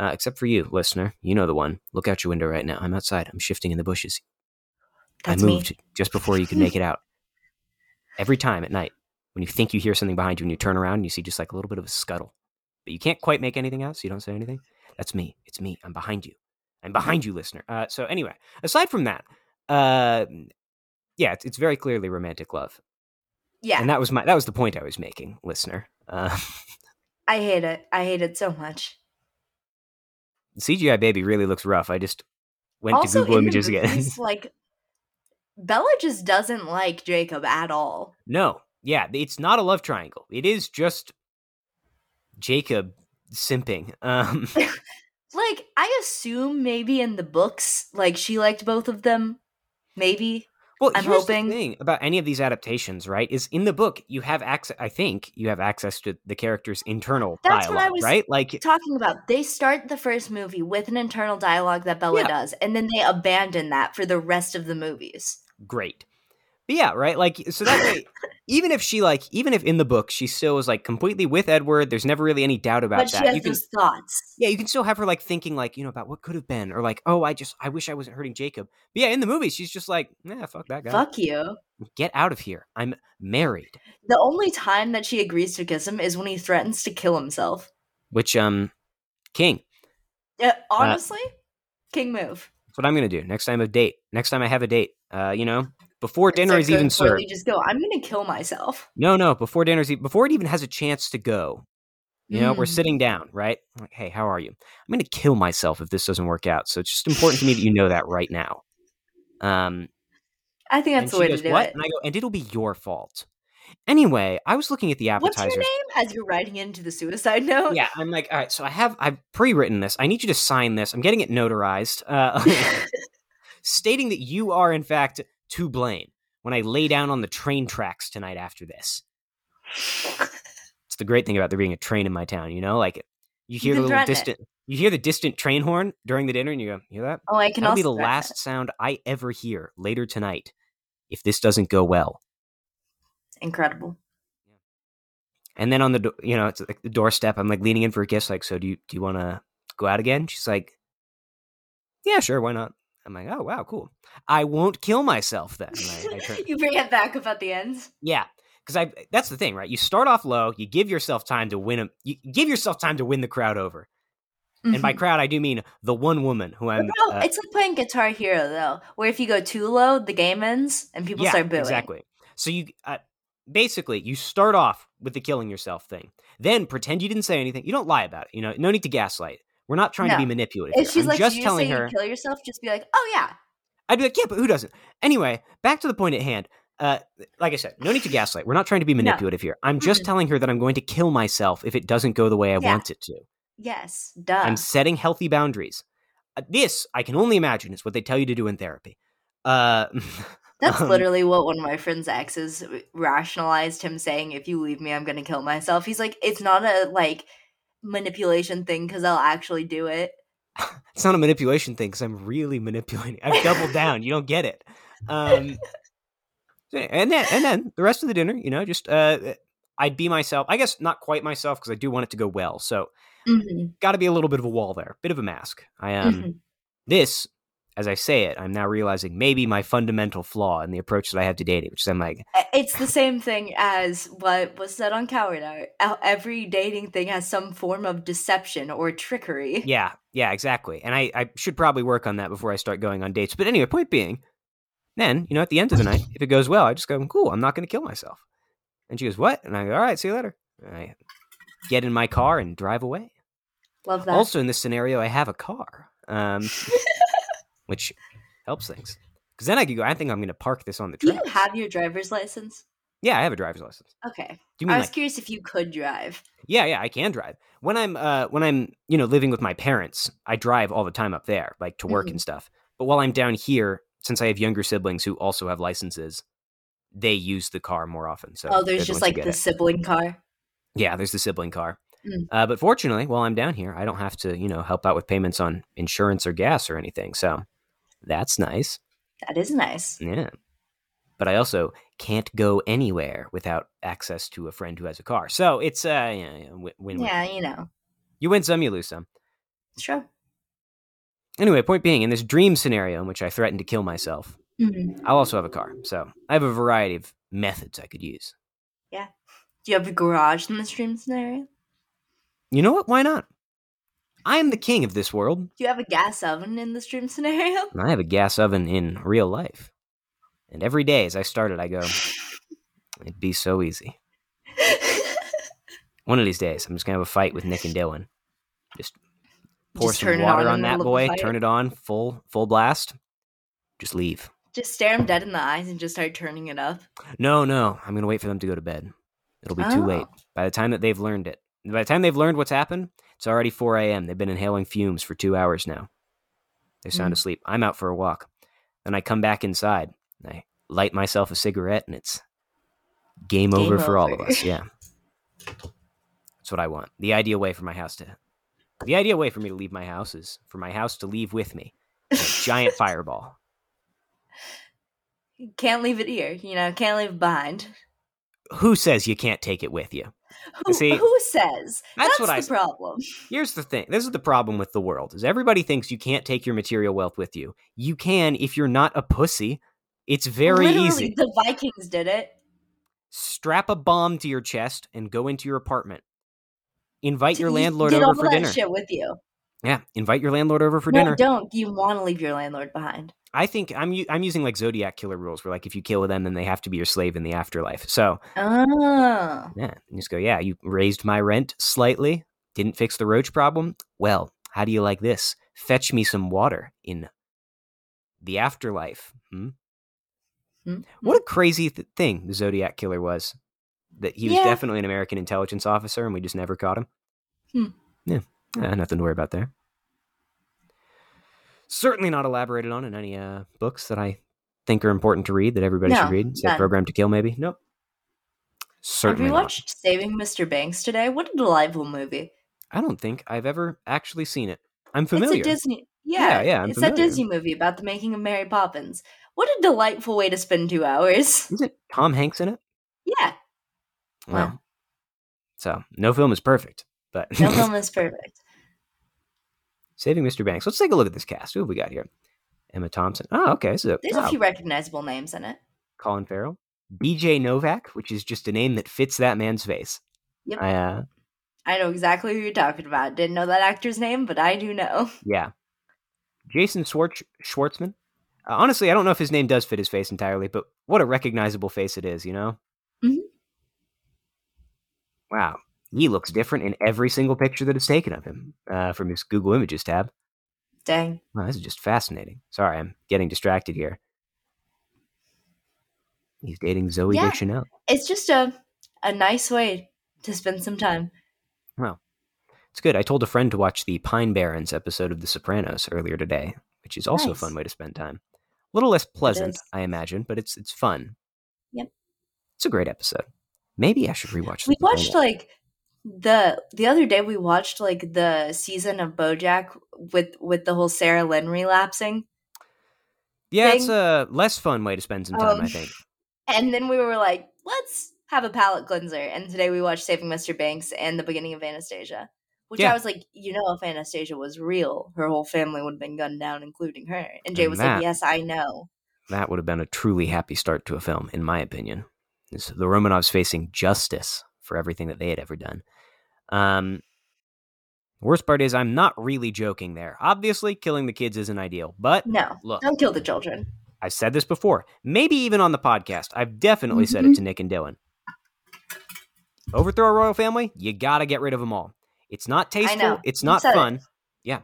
Speaker 1: Uh, except for you, listener. You know the one. Look out your window right now. I'm outside. I'm shifting in the bushes.
Speaker 2: That's
Speaker 1: I
Speaker 2: me.
Speaker 1: moved just before you could make it out. Every time at night, when you think you hear something behind you and you turn around and you see just like a little bit of a scuttle, but you can't quite make anything out, so you don't say anything. That's me. It's me. I'm behind you. I'm behind you, listener. Uh, so anyway, aside from that, uh, yeah, it's, it's very clearly romantic love,
Speaker 2: Yeah.
Speaker 1: and that was my that was the point I was making, listener. Uh,
Speaker 2: I hate it. I hate it so much.
Speaker 1: CGI baby really looks rough. I just went
Speaker 2: also,
Speaker 1: to Google
Speaker 2: in
Speaker 1: Images
Speaker 2: the
Speaker 1: again.
Speaker 2: movies, like, Bella just doesn't like Jacob at all.
Speaker 1: No, yeah, it's not a love triangle. It is just Jacob simping. Um,
Speaker 2: Like, I assume maybe in the books, like, she liked both of them. Maybe.
Speaker 1: well,
Speaker 2: I'm
Speaker 1: here's
Speaker 2: hoping-
Speaker 1: the thing about any of these adaptations, right? Is in the book you have access. I think you have access to the character's internal
Speaker 2: That's what I
Speaker 1: dialogue,
Speaker 2: was
Speaker 1: right? Like,
Speaker 2: talking about they start the first movie with an internal dialogue that bella
Speaker 1: Yeah.
Speaker 2: does and then they abandon that for the rest of the movies
Speaker 1: great. But yeah, right? Like so that way even if she like even if in the book she still is like completely with Edward, there's never really any doubt about
Speaker 2: but
Speaker 1: that.
Speaker 2: she has
Speaker 1: you can
Speaker 2: those thoughts.
Speaker 1: yeah, you can still have her like thinking like, you know, about what could have been or like, oh, I just I wish I wasn't hurting Jacob. But yeah, in the movie she's just like, nah, fuck that guy.
Speaker 2: Fuck you.
Speaker 1: Get out of here. I'm married.
Speaker 2: The only time that she agrees to kiss him is when he threatens to kill himself.
Speaker 1: Which um King.
Speaker 2: Yeah,
Speaker 1: Uh,
Speaker 2: honestly, king move.
Speaker 1: That's what I'm gonna do. Next time a date. Next time I have a date. Uh, you know? Before dinner
Speaker 2: It's
Speaker 1: is
Speaker 2: like,
Speaker 1: even
Speaker 2: before
Speaker 1: served.
Speaker 2: they Just go. I'm gonna kill myself.
Speaker 1: No, no, before dinner's e- before it even has a chance to go. You know, we're
Speaker 2: Mm.
Speaker 1: sitting down, right? Like, hey, how are you? I'm going to kill myself if this doesn't work out. So it's just important to me that you know that right now. Um,
Speaker 2: I think
Speaker 1: and
Speaker 2: that's the
Speaker 1: she
Speaker 2: way
Speaker 1: goes,
Speaker 2: to do
Speaker 1: "What?"
Speaker 2: it.
Speaker 1: And I go, "And it'll be your fault." Anyway, I was looking at the
Speaker 2: What's your
Speaker 1: appetizers.
Speaker 2: name? As you're writing into the suicide note.
Speaker 1: Yeah, I'm like, all right. So I have I've pre-written this. I need you to sign this. I'm getting it notarized, uh, stating that you are in fact to blame when I lay down on the train tracks tonight after this. It's the great thing about there being a train in my town. You know, like you hear
Speaker 2: can
Speaker 1: the little
Speaker 2: threaten it.
Speaker 1: distant, you hear the distant train horn during the dinner, and you go, "You hear that?
Speaker 2: oh, I can
Speaker 1: That'll
Speaker 2: also
Speaker 1: be the
Speaker 2: threaten
Speaker 1: last
Speaker 2: it.
Speaker 1: sound I ever hear later tonight if this doesn't go well."
Speaker 2: Incredible.
Speaker 1: And then on the do- you know it's like the doorstep, I'm like leaning in for a kiss, like, so do you do you want to go out again? She's like, yeah, sure, why not? I'm like, oh wow, cool. I won't kill myself then. And I- I turn-
Speaker 2: you bring it back about the ends.
Speaker 1: yeah, because I that's the thing, right? You start off low, you give yourself time to win 'em- you give yourself time to win the crowd over, and by
Speaker 2: Mhm.
Speaker 1: crowd I do mean the one woman who I'm.
Speaker 2: No,
Speaker 1: uh,
Speaker 2: it's like playing Guitar Hero though, where if you go too low, the game ends and people
Speaker 1: yeah,
Speaker 2: start booing.
Speaker 1: exactly. So you uh, basically you start off with the killing yourself thing, then pretend you didn't say anything. You don't lie about it. You know, no need to gaslight. We're not trying to be
Speaker 2: No.
Speaker 1: manipulative.
Speaker 2: If
Speaker 1: here.
Speaker 2: she's
Speaker 1: I'm
Speaker 2: like,
Speaker 1: just
Speaker 2: "Did you just
Speaker 1: telling
Speaker 2: say
Speaker 1: her.
Speaker 2: you kill yourself?" Just be like, "Oh yeah,
Speaker 1: I'd be like, yeah, but who doesn't? Anyway, back to the point at hand. Uh, like I said, no need to gaslight. We're not trying to be manipulative here. I'm just
Speaker 2: Mm-mm.
Speaker 1: telling her that I'm going to kill myself if it doesn't go the way I
Speaker 2: Yeah.
Speaker 1: want it to.
Speaker 2: yes, duh."
Speaker 1: I'm setting healthy boundaries. Uh, this I can only imagine is what they tell you to do in therapy. Uh,
Speaker 2: That's
Speaker 1: um,
Speaker 2: literally what one of my friend's exes r- rationalized him saying, "If you leave me, I'm gonna kill myself." He's like, "It's not a like manipulation thing because I'll actually do it."
Speaker 1: it's not a manipulation thing because I'm really manipulating. I've doubled down. You don't get it. Um, so yeah, and then and then the rest of the dinner, you know, just uh, I'd be myself. I guess not quite myself because I do want it to go well. So
Speaker 2: Mhm,
Speaker 1: got to be a little bit of a wall there, bit of a mask. I um
Speaker 2: mhm.
Speaker 1: this as I say it, I'm now realizing maybe my fundamental flaw in the approach that I have to dating, which is I'm like,
Speaker 2: I- It's the same thing as what was said on Coward Hour. How Every dating thing has some form of deception or trickery.
Speaker 1: yeah, yeah, exactly. And I, I should probably work on that before I start going on dates. But anyway, point being, then you know at the end of the night, if it goes well, I just go, cool, I'm not going to kill myself. And she goes, what? And I go, all right, see you later. And I get in my car and drive away.
Speaker 2: Love that.
Speaker 1: Also, in this scenario, I have a car, um, which helps things. Because then I could go, I think I'm going to park this on the
Speaker 2: Do
Speaker 1: track.
Speaker 2: you have your driver's license?
Speaker 1: Yeah, I have a driver's license.
Speaker 2: Okay.
Speaker 1: Do you
Speaker 2: I
Speaker 1: mean
Speaker 2: was
Speaker 1: like
Speaker 2: curious if you could drive.
Speaker 1: yeah, yeah, I can drive. When I'm uh when I'm, you know, living with my parents, I drive all the time up there, like to
Speaker 2: Mm-hmm.
Speaker 1: work and stuff. But while I'm down here, since I have younger siblings who also have licenses, they use the car more often. So
Speaker 2: Oh,
Speaker 1: they're
Speaker 2: there's
Speaker 1: the
Speaker 2: just
Speaker 1: ones who
Speaker 2: like
Speaker 1: get
Speaker 2: the
Speaker 1: it.
Speaker 2: sibling car.
Speaker 1: Yeah, there's the sibling car.
Speaker 2: Mm.
Speaker 1: Uh, but fortunately, while I'm down here, I don't have to, you know, help out with payments on insurance or gas or anything. So that's nice.
Speaker 2: That is nice.
Speaker 1: Yeah. But I also can't go anywhere without access to a friend who has a car. So it's uh yeah, yeah, win win.
Speaker 2: Yeah, you know.
Speaker 1: You win some, you lose some.
Speaker 2: Sure.
Speaker 1: Anyway, point being, in this dream scenario in which I threatened to kill myself,
Speaker 2: Mhm.
Speaker 1: I'll also have a car. So I have a variety of methods I could use.
Speaker 2: Do you have a garage in the dream scenario?
Speaker 1: You know what? Why not? I am the king of this world.
Speaker 2: Do you have a gas oven in this dream scenario?
Speaker 1: and I have a gas oven in real life. And every day as I started, I go, it'd be so easy. One of these days, I'm just going to have a fight with Nick and Dylan. Just pour
Speaker 2: Just turn
Speaker 1: some
Speaker 2: it on in
Speaker 1: water
Speaker 2: the
Speaker 1: on that
Speaker 2: middle of
Speaker 1: boy,
Speaker 2: a fight.
Speaker 1: turn it on full full blast. Just leave.
Speaker 2: just stare him dead in the eyes and just start turning it up.
Speaker 1: No, no. I'm going to wait for them to go to bed. It'll be too
Speaker 2: Oh.
Speaker 1: late. By the time that they've learned it, by the time they've learned what's happened, it's already 4 a.m. They've been inhaling fumes for two hours now. They're sound
Speaker 2: Mm.
Speaker 1: asleep. I'm out for a walk. Then I come back inside and I light myself a cigarette, and it's game,
Speaker 2: Game
Speaker 1: over, for all of
Speaker 2: over.
Speaker 1: us. Yeah. That's what I want. The ideal way for my house to. The ideal way for me to leave my house is for my house to leave with me. A giant fireball.
Speaker 2: Can't leave it here, you know, can't leave it behind.
Speaker 1: Who says you can't take it with you?
Speaker 2: Who,
Speaker 1: See,
Speaker 2: who says?
Speaker 1: that's
Speaker 2: That's,
Speaker 1: what
Speaker 2: the
Speaker 1: I s-
Speaker 2: problem.
Speaker 1: Here's the thing. This is the problem with the world is everybody thinks you can't take your material wealth with you. You can if you're not a pussy. It's very
Speaker 2: Literally,
Speaker 1: easy.
Speaker 2: The Vikings did it.
Speaker 1: Strap a bomb to your chest and go into your apartment. Invite your
Speaker 2: You
Speaker 1: landlord
Speaker 2: get
Speaker 1: over
Speaker 2: all
Speaker 1: for
Speaker 2: that
Speaker 1: dinner.
Speaker 2: Shit with you.
Speaker 1: Yeah, invite your landlord over for
Speaker 2: no,
Speaker 1: dinner.
Speaker 2: don't. You want to leave your landlord behind.
Speaker 1: I think I'm u- I'm using like zodiac killer rules where like if you kill them then they have to be your slave in the afterlife. So,
Speaker 2: Oh,
Speaker 1: yeah, you just go, yeah, you raised my rent slightly, didn't fix the roach problem. Well, how do you like this? Fetch me some water in the afterlife. Hmm?
Speaker 2: Hmm?
Speaker 1: What a crazy th- thing the Zodiac killer was. That he was
Speaker 2: Yeah.
Speaker 1: definitely an American intelligence officer, and we just never caught him.
Speaker 2: Hmm.
Speaker 1: Yeah, Uh, nothing to worry about there. Certainly not elaborated on in any uh, books that I think are important to read that everybody
Speaker 2: No,
Speaker 1: should read. So
Speaker 2: none.
Speaker 1: Programmed to Kill, maybe. Nope.
Speaker 2: I
Speaker 1: Certainly not.
Speaker 2: rewatched Saving Mr. Banks today. What a delightful movie.
Speaker 1: I don't think I've ever actually seen it. I'm familiar.
Speaker 2: It's a Disney.
Speaker 1: Yeah,
Speaker 2: Yeah,
Speaker 1: yeah, I'm
Speaker 2: it's that
Speaker 1: familiar.
Speaker 2: Disney movie about the making of Mary Poppins. What a delightful way to spend two hours.
Speaker 1: Is it Tom Hanks in it?
Speaker 2: Yeah,
Speaker 1: Wow.
Speaker 2: Wow.
Speaker 1: So no film is perfect, but
Speaker 2: no film is perfect.
Speaker 1: Saving Mr. Banks. Let's take a look at this cast. Who have we got here? Emma Thompson. Oh, okay. So
Speaker 2: There's
Speaker 1: oh,
Speaker 2: a few recognizable names in it.
Speaker 1: Colin Farrell, BJ Novak, which is just a name that fits that man's face.
Speaker 2: Yep.
Speaker 1: I, uh,
Speaker 2: I know exactly who you're talking about. Didn't know that actor's name, but I do know.
Speaker 1: yeah. Jason Schwartz Schwartzman. Uh, honestly, I don't know if his name does fit his face entirely, but what a recognizable face it is, you know.
Speaker 2: Mhm.
Speaker 1: Wow, he looks different in every single picture that is taken of him uh, from his Google Images tab.
Speaker 2: Dang.
Speaker 1: Wow, this is just fascinating. Sorry, I'm getting distracted here. He's dating Zoe
Speaker 2: Yeah.
Speaker 1: Deschanel.
Speaker 2: It's just a a nice way to spend some time.
Speaker 1: It's good. I told a friend to watch the Pine Barrens episode of The Sopranos earlier today, which is also a fun
Speaker 2: Nice.
Speaker 1: way to spend time. A little less pleasant,
Speaker 2: is.
Speaker 1: I imagine, but it's it's fun.
Speaker 2: Yep.
Speaker 1: It's a great episode. Maybe I should rewatch. The
Speaker 2: We
Speaker 1: Sopranos.
Speaker 2: watched like the the other day we watched like the season of BoJack with with the whole Sarah Lynn relapsing.
Speaker 1: yeah, it's
Speaker 2: thing.
Speaker 1: a less fun way to spend some time.
Speaker 2: Um,
Speaker 1: I think.
Speaker 2: And then we were like, let's have a palate cleanser. And today we watched Saving Mr. Banks and the beginning of Anastasia, which
Speaker 1: Yeah.
Speaker 2: I was like, you know, if Anastasia was real, her whole family would have been gunned down, including her. And Jay
Speaker 1: And
Speaker 2: was
Speaker 1: that-
Speaker 2: like, yes, I know.
Speaker 1: That would have been a truly happy start to a film, in my opinion. It's the Romanovs facing justice for everything that they had ever done. Um, worst part is, I'm not really joking there. Obviously, killing the kids isn't ideal, but
Speaker 2: No,
Speaker 1: look,
Speaker 2: don't kill the children.
Speaker 1: I've said this before, maybe even on the podcast. I've definitely said
Speaker 2: Mm-hmm.
Speaker 1: it to Nick and Dylan. Overthrow a royal family, you gotta get rid of them all. It's not tasteful,
Speaker 2: know.
Speaker 1: it's
Speaker 2: You
Speaker 1: not
Speaker 2: said it.
Speaker 1: fun. Yeah.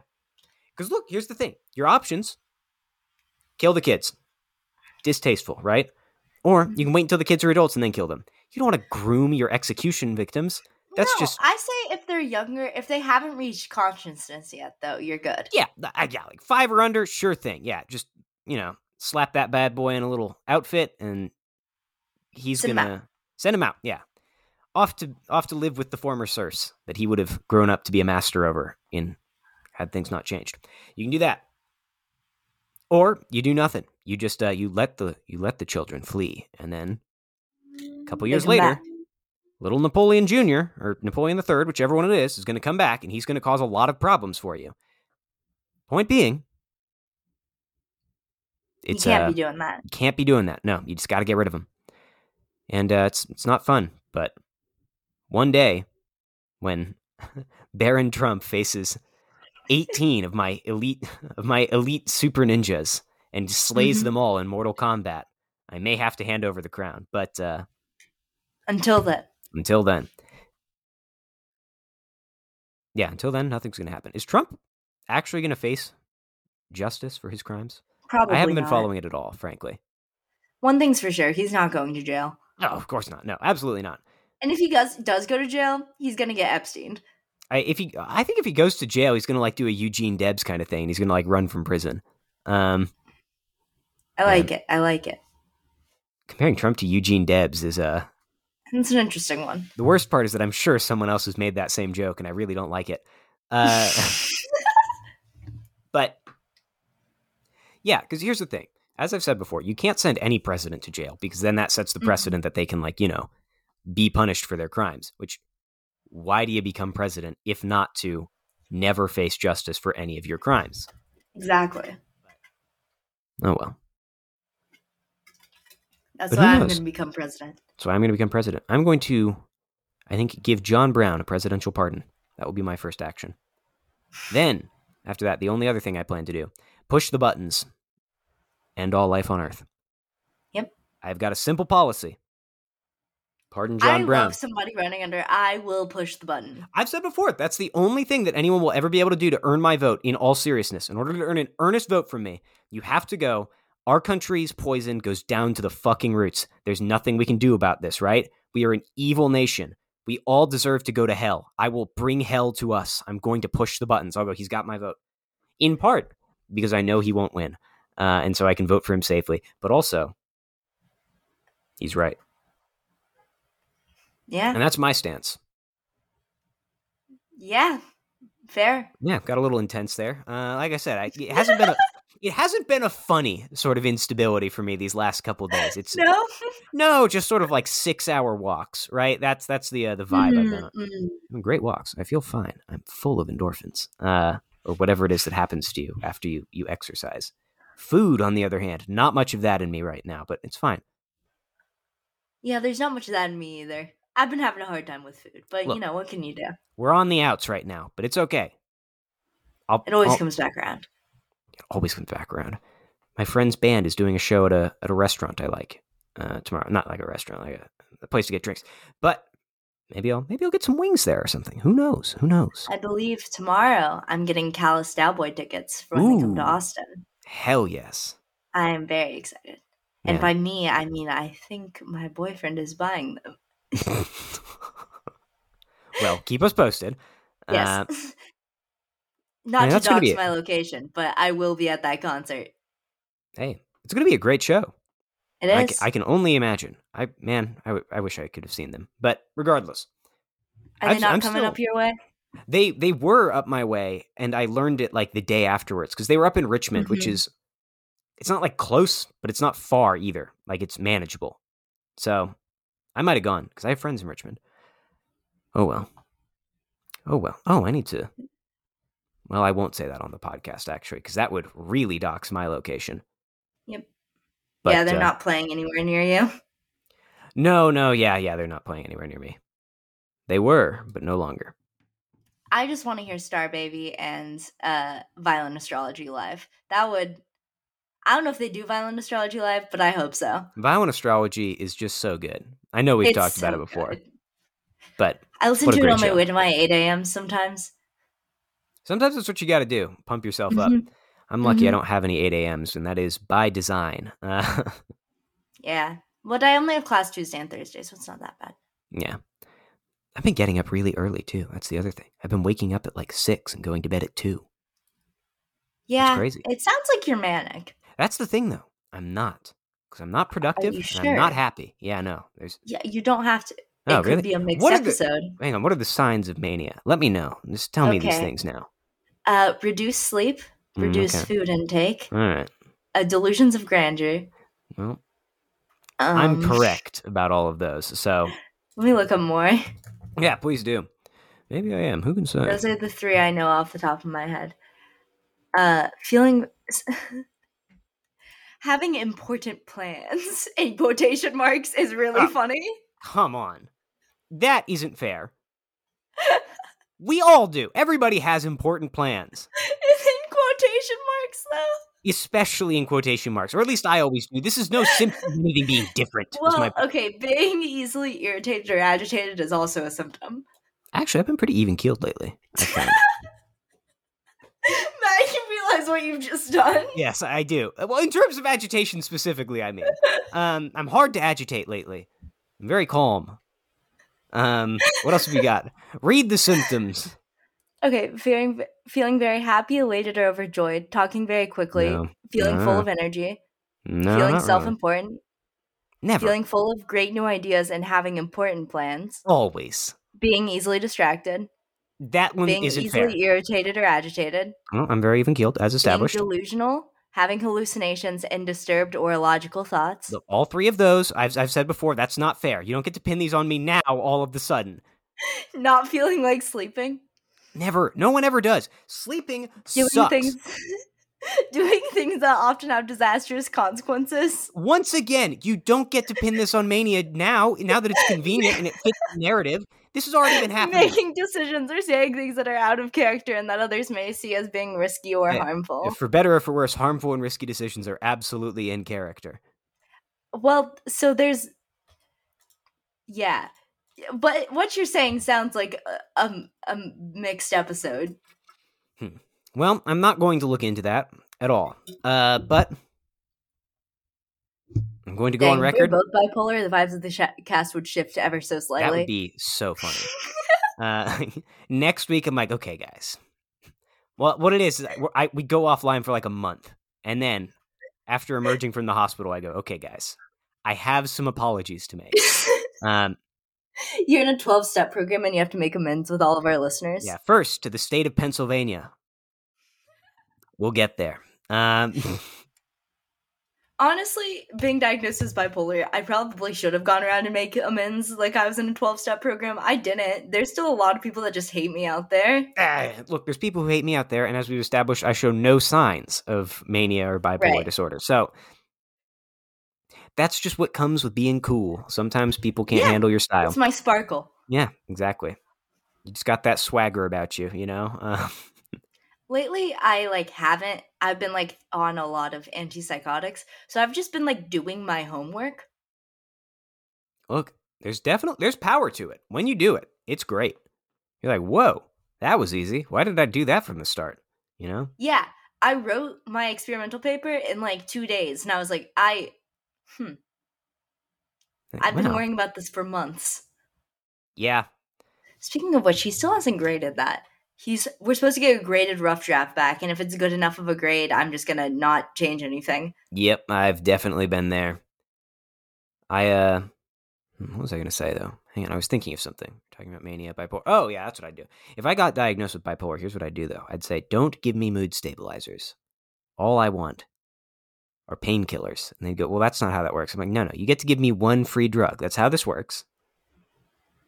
Speaker 1: Because look, here's the thing your options kill the kids. Distasteful, right? Or
Speaker 2: Mm-hmm.
Speaker 1: you can wait until the kids are adults and then kill them. You don't want to groom your execution victims. That's
Speaker 2: no,
Speaker 1: just-
Speaker 2: I say if they're younger, if they haven't reached consciousness yet, though, you're good.
Speaker 1: Yeah, th- I- yeah, like five or under, sure thing. Yeah, just you know, slap that bad boy in a little outfit, and he's
Speaker 2: Send him
Speaker 1: gonna send him out. Yeah, off to off to live with the former serfs that he would have grown up to be a master over in had things not changed. You can do that, or you do nothing. You just uh, you let the you let the children flee, and then a couple
Speaker 2: They
Speaker 1: years
Speaker 2: come
Speaker 1: later.
Speaker 2: back.
Speaker 1: Little Napoleon Jr., or Napoleon III, whichever one it is, is going to come back and he's going to cause a lot of problems for you. Point being, it's
Speaker 2: you can't
Speaker 1: uh,
Speaker 2: be doing that.
Speaker 1: you can't be doing that. No, you just got to get rid of them. And uh, it's it's not fun, but one day when Baron Trump faces 18 of my elite of my elite super ninjas and slays
Speaker 2: Mhm.
Speaker 1: them all in Mortal Kombat, I may have to hand over the crown, but uh,
Speaker 2: Until then,
Speaker 1: until then. Yeah, until then, nothing's going to happen. Is Trump actually going to face justice for his crimes?
Speaker 2: probably.
Speaker 1: I haven't been
Speaker 2: not.
Speaker 1: following it at all, frankly.
Speaker 2: One thing's for sure, he's not going to jail.
Speaker 1: No, of course not. No, absolutely not.
Speaker 2: And if he does does go to jail, he's gonna get Epstein.
Speaker 1: I, if he, I think if he goes to jail, he's going to like do a Eugene Debs kind of thing. He's going to like run from prison. Um,
Speaker 2: I
Speaker 1: Yeah.
Speaker 2: like it. I like it.
Speaker 1: comparing Trump to Eugene Debs is uh,
Speaker 2: It's an interesting one.
Speaker 1: the worst part is that I'm sure someone else has made that same joke, and I really don't like it. Uh, But yeah, because here's the thing. as I've said before, you can't send any president to jail because then that sets the
Speaker 2: Mhm.
Speaker 1: precedent that they can, like, you know, be punished for their crimes, which why do you become president if not to never face justice for any of your crimes?
Speaker 2: Exactly.
Speaker 1: Oh, well.
Speaker 2: That's
Speaker 1: But who
Speaker 2: why I'm
Speaker 1: knows?
Speaker 2: going to become president.
Speaker 1: So I'm going to become president. I'm going to, I think, give John Brown a presidential pardon. That will be my first action. Then, after that, the only other thing I plan to do push the buttons. End all life on Earth.
Speaker 2: Yep.
Speaker 1: I've got a simple policy pardon
Speaker 2: I
Speaker 1: John Brown.
Speaker 2: love somebody running under. I will push the button.
Speaker 1: I've said before, that's the only thing that anyone will ever be able to do to earn my vote in all seriousness. In order to earn an earnest vote from me, you have to go, our country's poison goes down to the fucking roots. There's nothing we can do about this, right? We are an evil nation. We all deserve to go to hell. I will bring hell to us. I'm going to push the buttons. I'll go, he's got my vote. In part, because I know he won't win. Uh, and so I can vote for him safely. But also, he's right.
Speaker 2: Yeah.
Speaker 1: And that's my stance.
Speaker 2: Yeah. Fair.
Speaker 1: Yeah, got a little intense there. Uh, like I said, I, it hasn't been a it hasn't been a funny sort of instability for me these last couple of days. It's no,
Speaker 2: No.
Speaker 1: just sort of like six hour walks, right? That's that's the uh, the vibe I've
Speaker 2: Mm-hmm.
Speaker 1: been on.
Speaker 2: Mm-mm.
Speaker 1: Having great walks. I feel fine. I'm full of endorphins, uh, or whatever it is that happens to you after you you exercise. Food, on the other hand, not much of that in me right now, but it's fine.
Speaker 2: Yeah, there's not much of that in me either. I've been having a hard time with food, but
Speaker 1: Look.
Speaker 2: you know, what can you do?
Speaker 1: We're on the outs right now, but it's okay. I'll,
Speaker 2: It always
Speaker 1: I'll-
Speaker 2: comes back around.
Speaker 1: always comes back around. My friend's band is doing a show at a at a restaurant I like uh, tomorrow. Not like a restaurant, like a, a place to get drinks. But maybe I'll maybe I'll get some wings there or something. Who knows? Who knows?
Speaker 2: I believe tomorrow I'm getting Callous Cowboy tickets for when they come to
Speaker 1: Ooh.
Speaker 2: Austin.
Speaker 1: Hell yes.
Speaker 2: I am very excited. And
Speaker 1: Yeah.
Speaker 2: by me, I mean I think my boyfriend is buying them.
Speaker 1: well, keep us posted.
Speaker 2: Yes.
Speaker 1: Uh,
Speaker 2: Not
Speaker 1: yeah,
Speaker 2: to
Speaker 1: that's gonna
Speaker 2: dox
Speaker 1: be it.
Speaker 2: my location, but I will be at that concert.
Speaker 1: hey, it's gonna be a great show.
Speaker 2: It
Speaker 1: I,
Speaker 2: is.
Speaker 1: ca- I can only imagine. I man, I, w- I wish I could have seen them. But regardless,
Speaker 2: Are
Speaker 1: I'm-
Speaker 2: they not
Speaker 1: I'm
Speaker 2: coming
Speaker 1: still-
Speaker 2: up your way?
Speaker 1: They they were up my way, and I learned it like the day afterwards because they were up in Richmond, which
Speaker 2: Mhm.
Speaker 1: is it's not like close, but it's not far either. Like it's manageable. So I might have gone because I have friends in Richmond. Oh well. Oh well. Oh, I need to. Well, I won't say that on the podcast actually because that would really dox my location.
Speaker 2: Yep.
Speaker 1: But,
Speaker 2: yeah, they're
Speaker 1: uh,
Speaker 2: not playing anywhere near you.
Speaker 1: No, no, yeah, yeah, they're not playing anywhere near me. They were, but no longer.
Speaker 2: I just want to hear Star Baby and uh, Violent Astrology live. That would. I don't know if they do Violent Astrology live, but I hope so.
Speaker 1: Violent astrology is just so good. I know we've
Speaker 2: It's
Speaker 1: talked about
Speaker 2: so
Speaker 1: it before,
Speaker 2: good.
Speaker 1: but
Speaker 2: I listen
Speaker 1: What a
Speaker 2: to it
Speaker 1: great
Speaker 2: on my
Speaker 1: show.
Speaker 2: way to my 8 a.m. sometimes.
Speaker 1: Sometimes that's what you got to do. Pump yourself up.
Speaker 2: Mhm.
Speaker 1: I'm lucky I
Speaker 2: Mhm.
Speaker 1: don't have any 8 a.m.s, and that is by design. Uh,
Speaker 2: Yeah. But I only have class Tuesday and Thursday, so it's not that bad.
Speaker 1: yeah. I've been getting up really early, too. That's the other thing. I've been waking up at like 6 and going to bed at 2.
Speaker 2: Yeah.
Speaker 1: crazy.
Speaker 2: It sounds like you're manic.
Speaker 1: That's the thing, though. I'm not. Because I'm not productive.
Speaker 2: you
Speaker 1: and I'm not
Speaker 2: sure?
Speaker 1: happy. Yeah, no. There's.
Speaker 2: Yeah, you don't have to.
Speaker 1: Oh,
Speaker 2: it
Speaker 1: really?
Speaker 2: could be a mixed
Speaker 1: What are the-
Speaker 2: episode.
Speaker 1: Hang on. What are the signs of mania? Let me know. Just tell me these
Speaker 2: Okay.
Speaker 1: things now.
Speaker 2: Uh, reduce sleep,
Speaker 1: Mm,
Speaker 2: reduce
Speaker 1: okay.
Speaker 2: food intake,
Speaker 1: All right.
Speaker 2: uh, delusions of grandeur.
Speaker 1: Well,
Speaker 2: Um,
Speaker 1: I'm correct about all of those. So,
Speaker 2: Let me look up more.
Speaker 1: yeah, please do. Maybe I am. Who can say?
Speaker 2: Those are the three I know off the top of my head. Uh, feeling. Having important plans in quotation marks is really
Speaker 1: Ah.
Speaker 2: funny.
Speaker 1: Come on. That isn't fair. we all do. Everybody has important plans,
Speaker 2: Is in quotation marks though.
Speaker 1: especially in quotation marks, or at least I always do. This is no symptom of anything being different. is
Speaker 2: Well, uh
Speaker 1: my-
Speaker 2: okay, being easily irritated or agitated is also a symptom.
Speaker 1: Actually, I've been pretty even keeled lately. I found.
Speaker 2: Matt, you realize what you've just done.
Speaker 1: yes, I do. Uh, Well, in terms of agitation specifically, I mean, um, I'm hard to agitate lately. I'm very calm. Um, what else have we got? Read the symptoms.
Speaker 2: Okay, feeling feeling very happy, elated, or overjoyed, talking very quickly,
Speaker 1: No.
Speaker 2: feeling full
Speaker 1: Ah.
Speaker 2: of energy,
Speaker 1: No, not
Speaker 2: feeling
Speaker 1: really.
Speaker 2: self-important,
Speaker 1: Never.
Speaker 2: feeling full of great new ideas and having important plans,
Speaker 1: Always.
Speaker 2: being easily distracted,
Speaker 1: That one
Speaker 2: being
Speaker 1: isn't
Speaker 2: easily
Speaker 1: fair.
Speaker 2: irritated or agitated,
Speaker 1: Well, I'm very even keeled, as
Speaker 2: being
Speaker 1: established.
Speaker 2: delusional, having hallucinations, and disturbed or illogical thoughts.
Speaker 1: Look, all three of those, I've, I've said before, that's not fair. You don't get to pin these on me now all of the sudden.
Speaker 2: Not feeling like sleeping.
Speaker 1: Never. No one ever does. Sleeping
Speaker 2: Doing
Speaker 1: sucks.
Speaker 2: things. doing things that often have disastrous consequences.
Speaker 1: Once again, you don't get to pin this on Mania now, now that it's convenient and it fits the narrative. This has already been happening.
Speaker 2: Making decisions or saying things that are out of character and that others may see as being risky or
Speaker 1: Yeah.
Speaker 2: harmful.
Speaker 1: For better or for worse, harmful and risky decisions are absolutely in character.
Speaker 2: Well, so there's yeah. But what you're saying sounds like a, a, a mixed episode.
Speaker 1: Well, I'm not going to look into that at all. Uh, but I'm going to go on
Speaker 2: Dang, if we
Speaker 1: record.
Speaker 2: were both bipolar, the vibes of the sh- cast would shift ever so slightly.
Speaker 1: That would be so funny. uh, next week, I'm like, okay, guys. Well, what it is, is I, we're- I, we go offline for like a month. And then after emerging from the hospital, I go, okay, guys, I have some apologies to make. Um,
Speaker 2: You're in a 12 step program and you have to make amends with all of our listeners.
Speaker 1: yeah, first to the state of Pennsylvania. We'll get there. Um,
Speaker 2: Honestly, being diagnosed as bipolar, I probably should have gone around and make amends like I was in a 12 step program. I didn't. There's still a lot of people that just hate me out there.
Speaker 1: ah, look, there's people who hate me out there. And as we've established, I show no signs of mania or bipolar
Speaker 2: Right.
Speaker 1: disorder. So that's just what comes with being cool. Sometimes people can't
Speaker 2: Yeah,
Speaker 1: handle your style.
Speaker 2: It's my sparkle.
Speaker 1: Yeah, exactly. You just got that swagger about you, you know? Uh,
Speaker 2: Lately, I like haven't. I've been like on a lot of antipsychotics. So I've just been like doing my homework.
Speaker 1: look, there's definitely there's power to it. When you do it, it's great. You're like, "Whoa, that was easy. Why did I do that from the start?" You know?
Speaker 2: Yeah, I wrote my experimental paper in like two days, and I was like, I, hmm,
Speaker 1: Like,
Speaker 2: I've been
Speaker 1: wow.
Speaker 2: worrying about this for months.
Speaker 1: Yeah.
Speaker 2: Speaking of which, he still hasn't graded that. He's we're supposed to get a graded rough draft back, and if it's good enough of a grade, I'm just gonna not change anything.
Speaker 1: Yep, I've definitely been there. I uh what was I going to say though? Hang on, I was thinking of something. Talking about mania, bipolar. Oh, yeah, that's what I do. If I got diagnosed with bipolar, here's what I'd do though. I'd say, "Don't give me mood stabilizers. All I want are painkillers." And they'd go, "Well, that's not how that works." I'm like, "No, no. You get to give me one free drug. That's how this works.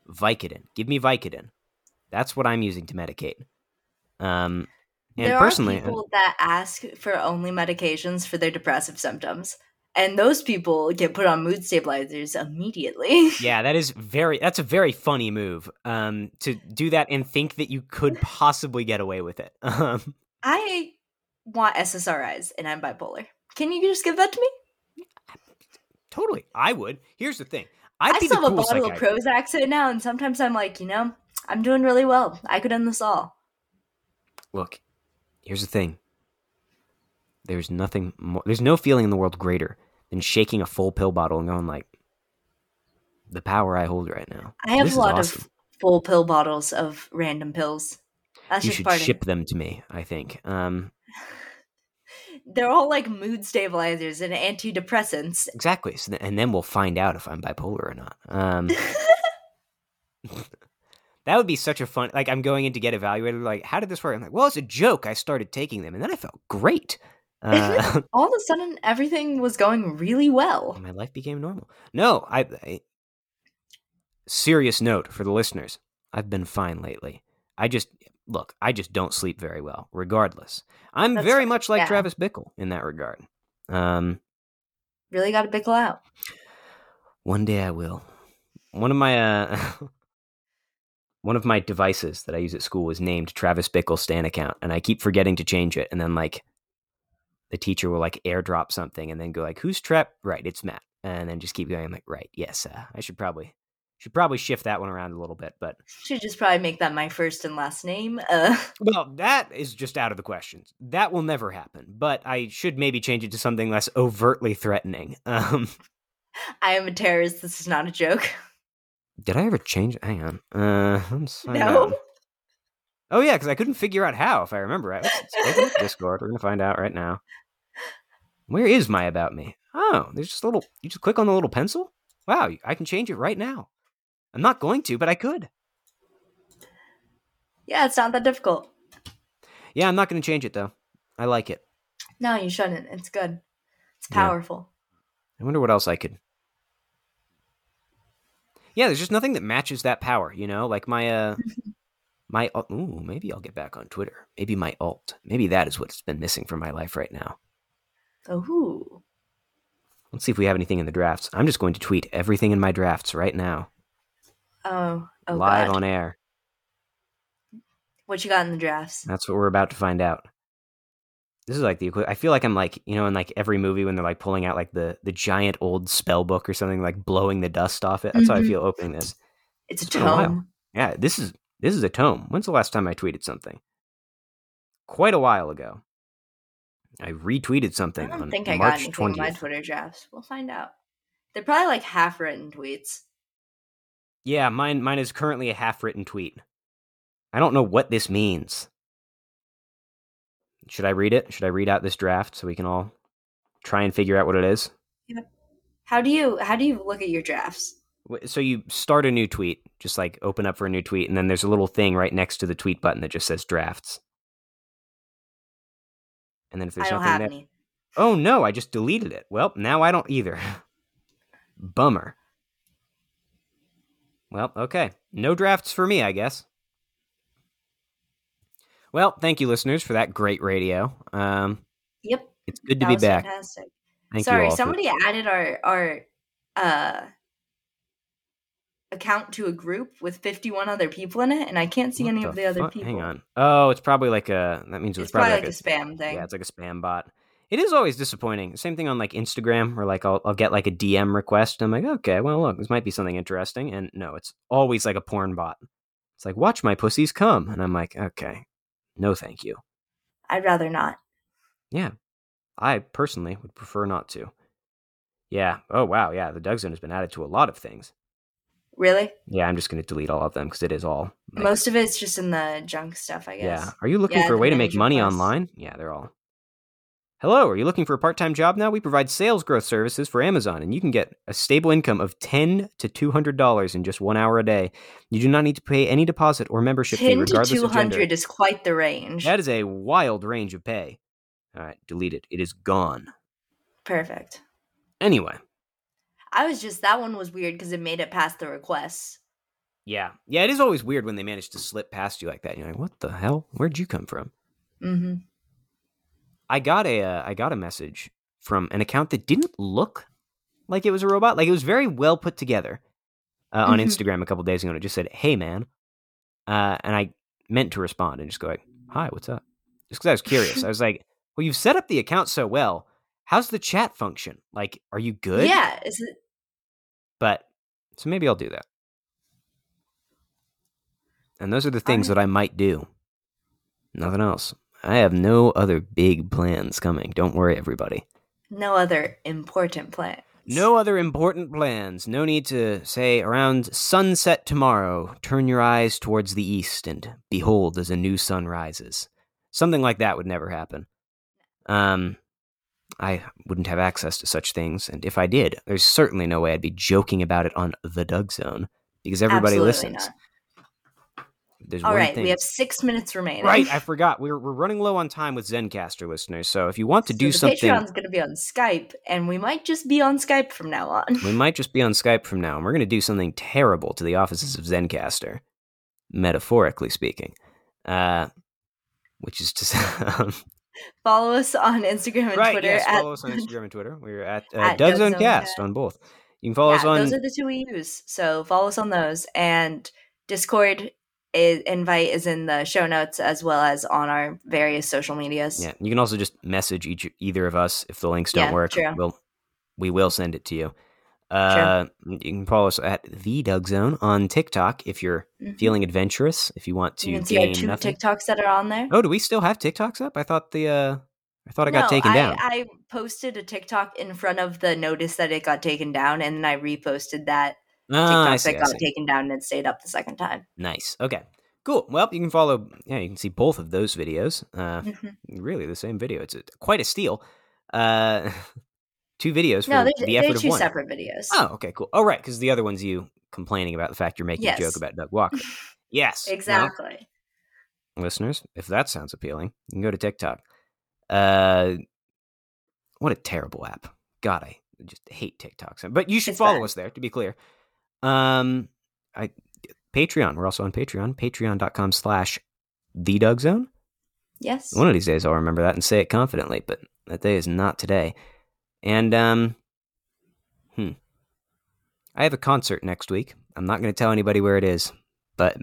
Speaker 1: Vicodin. Give me Vicodin. That's what I'm using to medicate." Um and
Speaker 2: there
Speaker 1: personally, uh
Speaker 2: are people that ask for only medications for their depressive symptoms, and those people get put on mood stabilizers immediately.
Speaker 1: Yeah, that is very. That's a very funny move. Um, to do that and think that you could possibly get away with it. Um,
Speaker 2: I want SSRIs, and I'm bipolar. Can you just give that to me?
Speaker 1: totally, I would. Here's the thing.
Speaker 2: i
Speaker 1: I'd be the
Speaker 2: still have a
Speaker 1: coolest
Speaker 2: bottle of
Speaker 1: psychiatrist.
Speaker 2: Prozac right now, and sometimes I'm like, you know, I'm doing really well. I could end this all.
Speaker 1: Look, here's the thing. There's nothing more. There's no feeling in the world greater than shaking a full pill bottle and going like, "The power I hold right now."
Speaker 2: I have
Speaker 1: This
Speaker 2: a
Speaker 1: is
Speaker 2: lot
Speaker 1: awesome.
Speaker 2: of full pill bottles of random pills. That's
Speaker 1: You
Speaker 2: just
Speaker 1: should
Speaker 2: part of
Speaker 1: ship them to me. I think. Um,
Speaker 2: it. They're all like mood stabilizers and antidepressants.
Speaker 1: exactly. So th- and then we'll find out if I'm bipolar or not. Um. That would be such a fun. Like I'm going in to get evaluated. Like, how did this work? I'm like, well, it's a joke. I started taking them, and then I felt great. Uh,
Speaker 2: all of a sudden, everything was going really well.
Speaker 1: my life became normal. No, I, I. Serious note for the listeners: I've been fine lately. I just look. I just don't sleep very well. Regardless, I'm
Speaker 2: That's
Speaker 1: very
Speaker 2: fair,
Speaker 1: much like
Speaker 2: yeah.
Speaker 1: Travis Bickle in that regard. Um,
Speaker 2: Really got to pickle out.
Speaker 1: one day I will. One of my uh, one of my devices that I use at school is named Travis Bickle Stan account, and I keep forgetting to change it. And then like the teacher will like airdrop something, and then go like, "Who's Trap?" Right, it's Matt. And then just keep going. I'm like, right, yes, uh, I should probably should probably shift that one around a little bit, but
Speaker 2: Should just probably make that my first and last name. Uh,
Speaker 1: well, that is just out of the question. That will never happen. But I should maybe change it to something less overtly threatening. Um,
Speaker 2: I am a terrorist. This is not a joke.
Speaker 1: did I ever change? Hang on, uh, I'm sorry.
Speaker 2: No.
Speaker 1: Oh yeah, because I couldn't figure out how. If I remember right, Let's open up Discord. We're gonna find out right now. Where is my about me? Oh, there's just a little. You just click on the little pencil. Wow, I can change it right now. I'm not going to, but I could.
Speaker 2: Yeah, it's not that difficult.
Speaker 1: Yeah, I'm not going to change it though. I like it.
Speaker 2: No, you shouldn't. It's good. It's
Speaker 1: Yeah.
Speaker 2: powerful.
Speaker 1: I wonder what else I could. Yeah, there's just nothing that matches that power, you know. Like my uh, my al- ooh, maybe I'll get back on Twitter. Maybe my alt. Maybe that is what's been missing from my life right now.
Speaker 2: Ooh.
Speaker 1: Let's see if we have anything in the drafts. I'm just going to tweet everything in my drafts right now,
Speaker 2: Oh. Oh
Speaker 1: live
Speaker 2: God.
Speaker 1: on air.
Speaker 2: What you got in the drafts?
Speaker 1: That's what we're about to find out. This is like the equi- I feel like I'm like you know in like every movie when they're like pulling out like the the giant old spell book or something like blowing the dust off it. That's how I
Speaker 2: Mhm.
Speaker 1: feel opening this.
Speaker 2: It's a
Speaker 1: been a while.
Speaker 2: tome.
Speaker 1: Yeah, this is this is a tome. When's the last time I tweeted something? Quite a while ago. I retweeted
Speaker 2: I
Speaker 1: something
Speaker 2: don't
Speaker 1: on
Speaker 2: think I got
Speaker 1: March
Speaker 2: anything in my
Speaker 1: twentieth.
Speaker 2: Twitter drafts. We'll find out. They're probably like half written tweets.
Speaker 1: Yeah, mine mine is currently a half written tweet. I don't know what this means. Should I read it? Should I read out this draft so we can all try and figure out what it is?
Speaker 2: How do you how do you look at your drafts?
Speaker 1: Wh- So you start a new tweet, just like open up for a new tweet, and then there's a little thing right next to the tweet button that just says drafts. And then if there's
Speaker 2: I don't
Speaker 1: nothing
Speaker 2: have
Speaker 1: there,
Speaker 2: any.
Speaker 1: Oh no, I just deleted it. Well, now I don't either. Bummer. Well, okay. No drafts for me, I guess. Well, thank you, listeners, for that great radio. Um,
Speaker 2: Yep.
Speaker 1: it's good to
Speaker 2: that
Speaker 1: be
Speaker 2: was
Speaker 1: back.
Speaker 2: Fantastic.
Speaker 1: Thank
Speaker 2: Sorry,
Speaker 1: you all. for-
Speaker 2: somebody added our our uh account to a group with 51 other people in it and I can't see
Speaker 1: What
Speaker 2: any of the other
Speaker 1: Oh, fuck?
Speaker 2: people.
Speaker 1: Hang on. Oh, it's probably like a. That means it was
Speaker 2: It's probably like
Speaker 1: like
Speaker 2: a spam thing.
Speaker 1: Yeah, it's like a spam bot. It is always disappointing. Same thing on like Instagram, where like I'll, I'll get like a DM request. And I'm like, okay, well, look, this might be something interesting. And no, it's always like a porn bot. It's like, watch my pussies come. And I'm like, okay, no, thank you.
Speaker 2: I'd rather not.
Speaker 1: I personally would prefer not to. Yeah. Oh, wow. Yeah. The Doug Zone has been added to a lot of things.
Speaker 2: Really?
Speaker 1: Yeah. I'm just going to delete all of them because it is all. like,
Speaker 2: Most of it's just in the junk stuff, I guess.
Speaker 1: Yeah. Are you looking
Speaker 2: Yeah,
Speaker 1: for a
Speaker 2: the
Speaker 1: way to make
Speaker 2: manager
Speaker 1: money
Speaker 2: plus.
Speaker 1: online? Yeah, they're all. Hello, are you looking for a part time job now? We provide sales growth services for Amazon, and you can get a stable income of $10 to $200 in just one hour a day. You do not need to pay any deposit or membership fee,
Speaker 2: 10 to
Speaker 1: regardless of
Speaker 2: 200
Speaker 1: gender.
Speaker 2: is quite the range.
Speaker 1: That is a wild range of pay. All right, delete it. It is gone.
Speaker 2: Perfect.
Speaker 1: Anyway,
Speaker 2: I was just that one was weird because it made it past the requests.
Speaker 1: yeah. Yeah, it is always weird when they manage to slip past you like that. You're like, what the hell? Where'd you come from?
Speaker 2: Mm-hmm.
Speaker 1: I got a uh, I got a message from an account that didn't look like it was a robot. Like it was very well put together uh, on
Speaker 2: Mhm.
Speaker 1: Instagram a couple days ago, and it just said, "Hey, man," uh, and I meant to respond and just go like, "Hi, what's up?" Just because I was curious. I was like, "Well, you've set up the account so well. How's the chat function? Like, are you good?"
Speaker 2: Yeah, is it,
Speaker 1: But so maybe I'll do that. And those are the things
Speaker 2: Alright.
Speaker 1: that I might do. Nothing else. I have no other big plans coming. Don't worry, everybody.
Speaker 2: no other important plans.
Speaker 1: No other important plans. No need to say around sunset tomorrow, turn your eyes towards the east and behold as a new sun rises. Something like that would never happen. Um I wouldn't have access to such things, and if I did, there's certainly no way I'd be joking about it on the Doug Zone because everybody
Speaker 2: Absolutely
Speaker 1: listens.
Speaker 2: not.
Speaker 1: There's
Speaker 2: All
Speaker 1: one
Speaker 2: right,
Speaker 1: thing.
Speaker 2: we have six minutes remaining.
Speaker 1: right, I forgot. We're we're running low on time with Zencaster listeners, so if you want to
Speaker 2: So
Speaker 1: do
Speaker 2: the
Speaker 1: something
Speaker 2: Patreon's going to be on Skype, and we might just be on Skype from now on.
Speaker 1: We might just be on Skype from now, and we're going to do something terrible to the offices of Zencaster, metaphorically speaking. Uh, which is to say,
Speaker 2: Follow us on Instagram and
Speaker 1: right?
Speaker 2: Twitter.
Speaker 1: Yes,
Speaker 2: at-
Speaker 1: follow us on Instagram and Twitter. We're at, uh,
Speaker 2: At
Speaker 1: Doug's
Speaker 2: Doug's
Speaker 1: Own
Speaker 2: Own
Speaker 1: Cast on both. You can follow us
Speaker 2: yeah,
Speaker 1: on.
Speaker 2: those are the two we use. So follow us on those, and Discord is, invite is in the show notes as well as on our various social medias.
Speaker 1: yeah, you can also just message each either of us if the links don't
Speaker 2: Yeah,
Speaker 1: work.
Speaker 2: true.
Speaker 1: We'll we will send it to you. Uh, You can follow us at the Doug Zone on TikTok if you're
Speaker 2: Mhm.
Speaker 1: feeling adventurous. If you want to
Speaker 2: you can see our
Speaker 1: gain
Speaker 2: two
Speaker 1: nothing.
Speaker 2: TikToks that are on there.
Speaker 1: Oh, do we still have TikToks up? I thought the uh, I thought it got
Speaker 2: No,
Speaker 1: taken
Speaker 2: I,
Speaker 1: down.
Speaker 2: I posted a TikTok in front of the notice that it got taken down, and then I reposted that TikTok
Speaker 1: Ah, I
Speaker 2: that
Speaker 1: see, I
Speaker 2: got
Speaker 1: see.
Speaker 2: taken down and stayed up the second time.
Speaker 1: Nice. Okay. Cool. Well, you can follow. Yeah, you can see both of those videos. Uh,
Speaker 2: Mhm.
Speaker 1: really, the same video. It's a, quite a steal. Uh, two videos for
Speaker 2: No, they're,
Speaker 1: the
Speaker 2: they're
Speaker 1: effort of
Speaker 2: two
Speaker 1: one.
Speaker 2: separate videos.
Speaker 1: Oh, okay, cool. Oh, right, because the other one's you complaining about the fact you're making a joke
Speaker 2: Yes.
Speaker 1: about Doug Walker. yes. Well,
Speaker 2: exactly.
Speaker 1: listeners, if that sounds appealing, you can go to TikTok. Uh, what a terrible app. God, I just hate TikTok. so- But you should
Speaker 2: It's
Speaker 1: follow
Speaker 2: bad.
Speaker 1: us there, to be clear. Um, I Patreon. We're also on Patreon. Patreon.com slash the Doug Zone.
Speaker 2: Yes.
Speaker 1: One of these days I'll remember that and say it confidently, but that day is not today. And um hmm. I have a concert next week. I'm not going to tell anybody where it is, but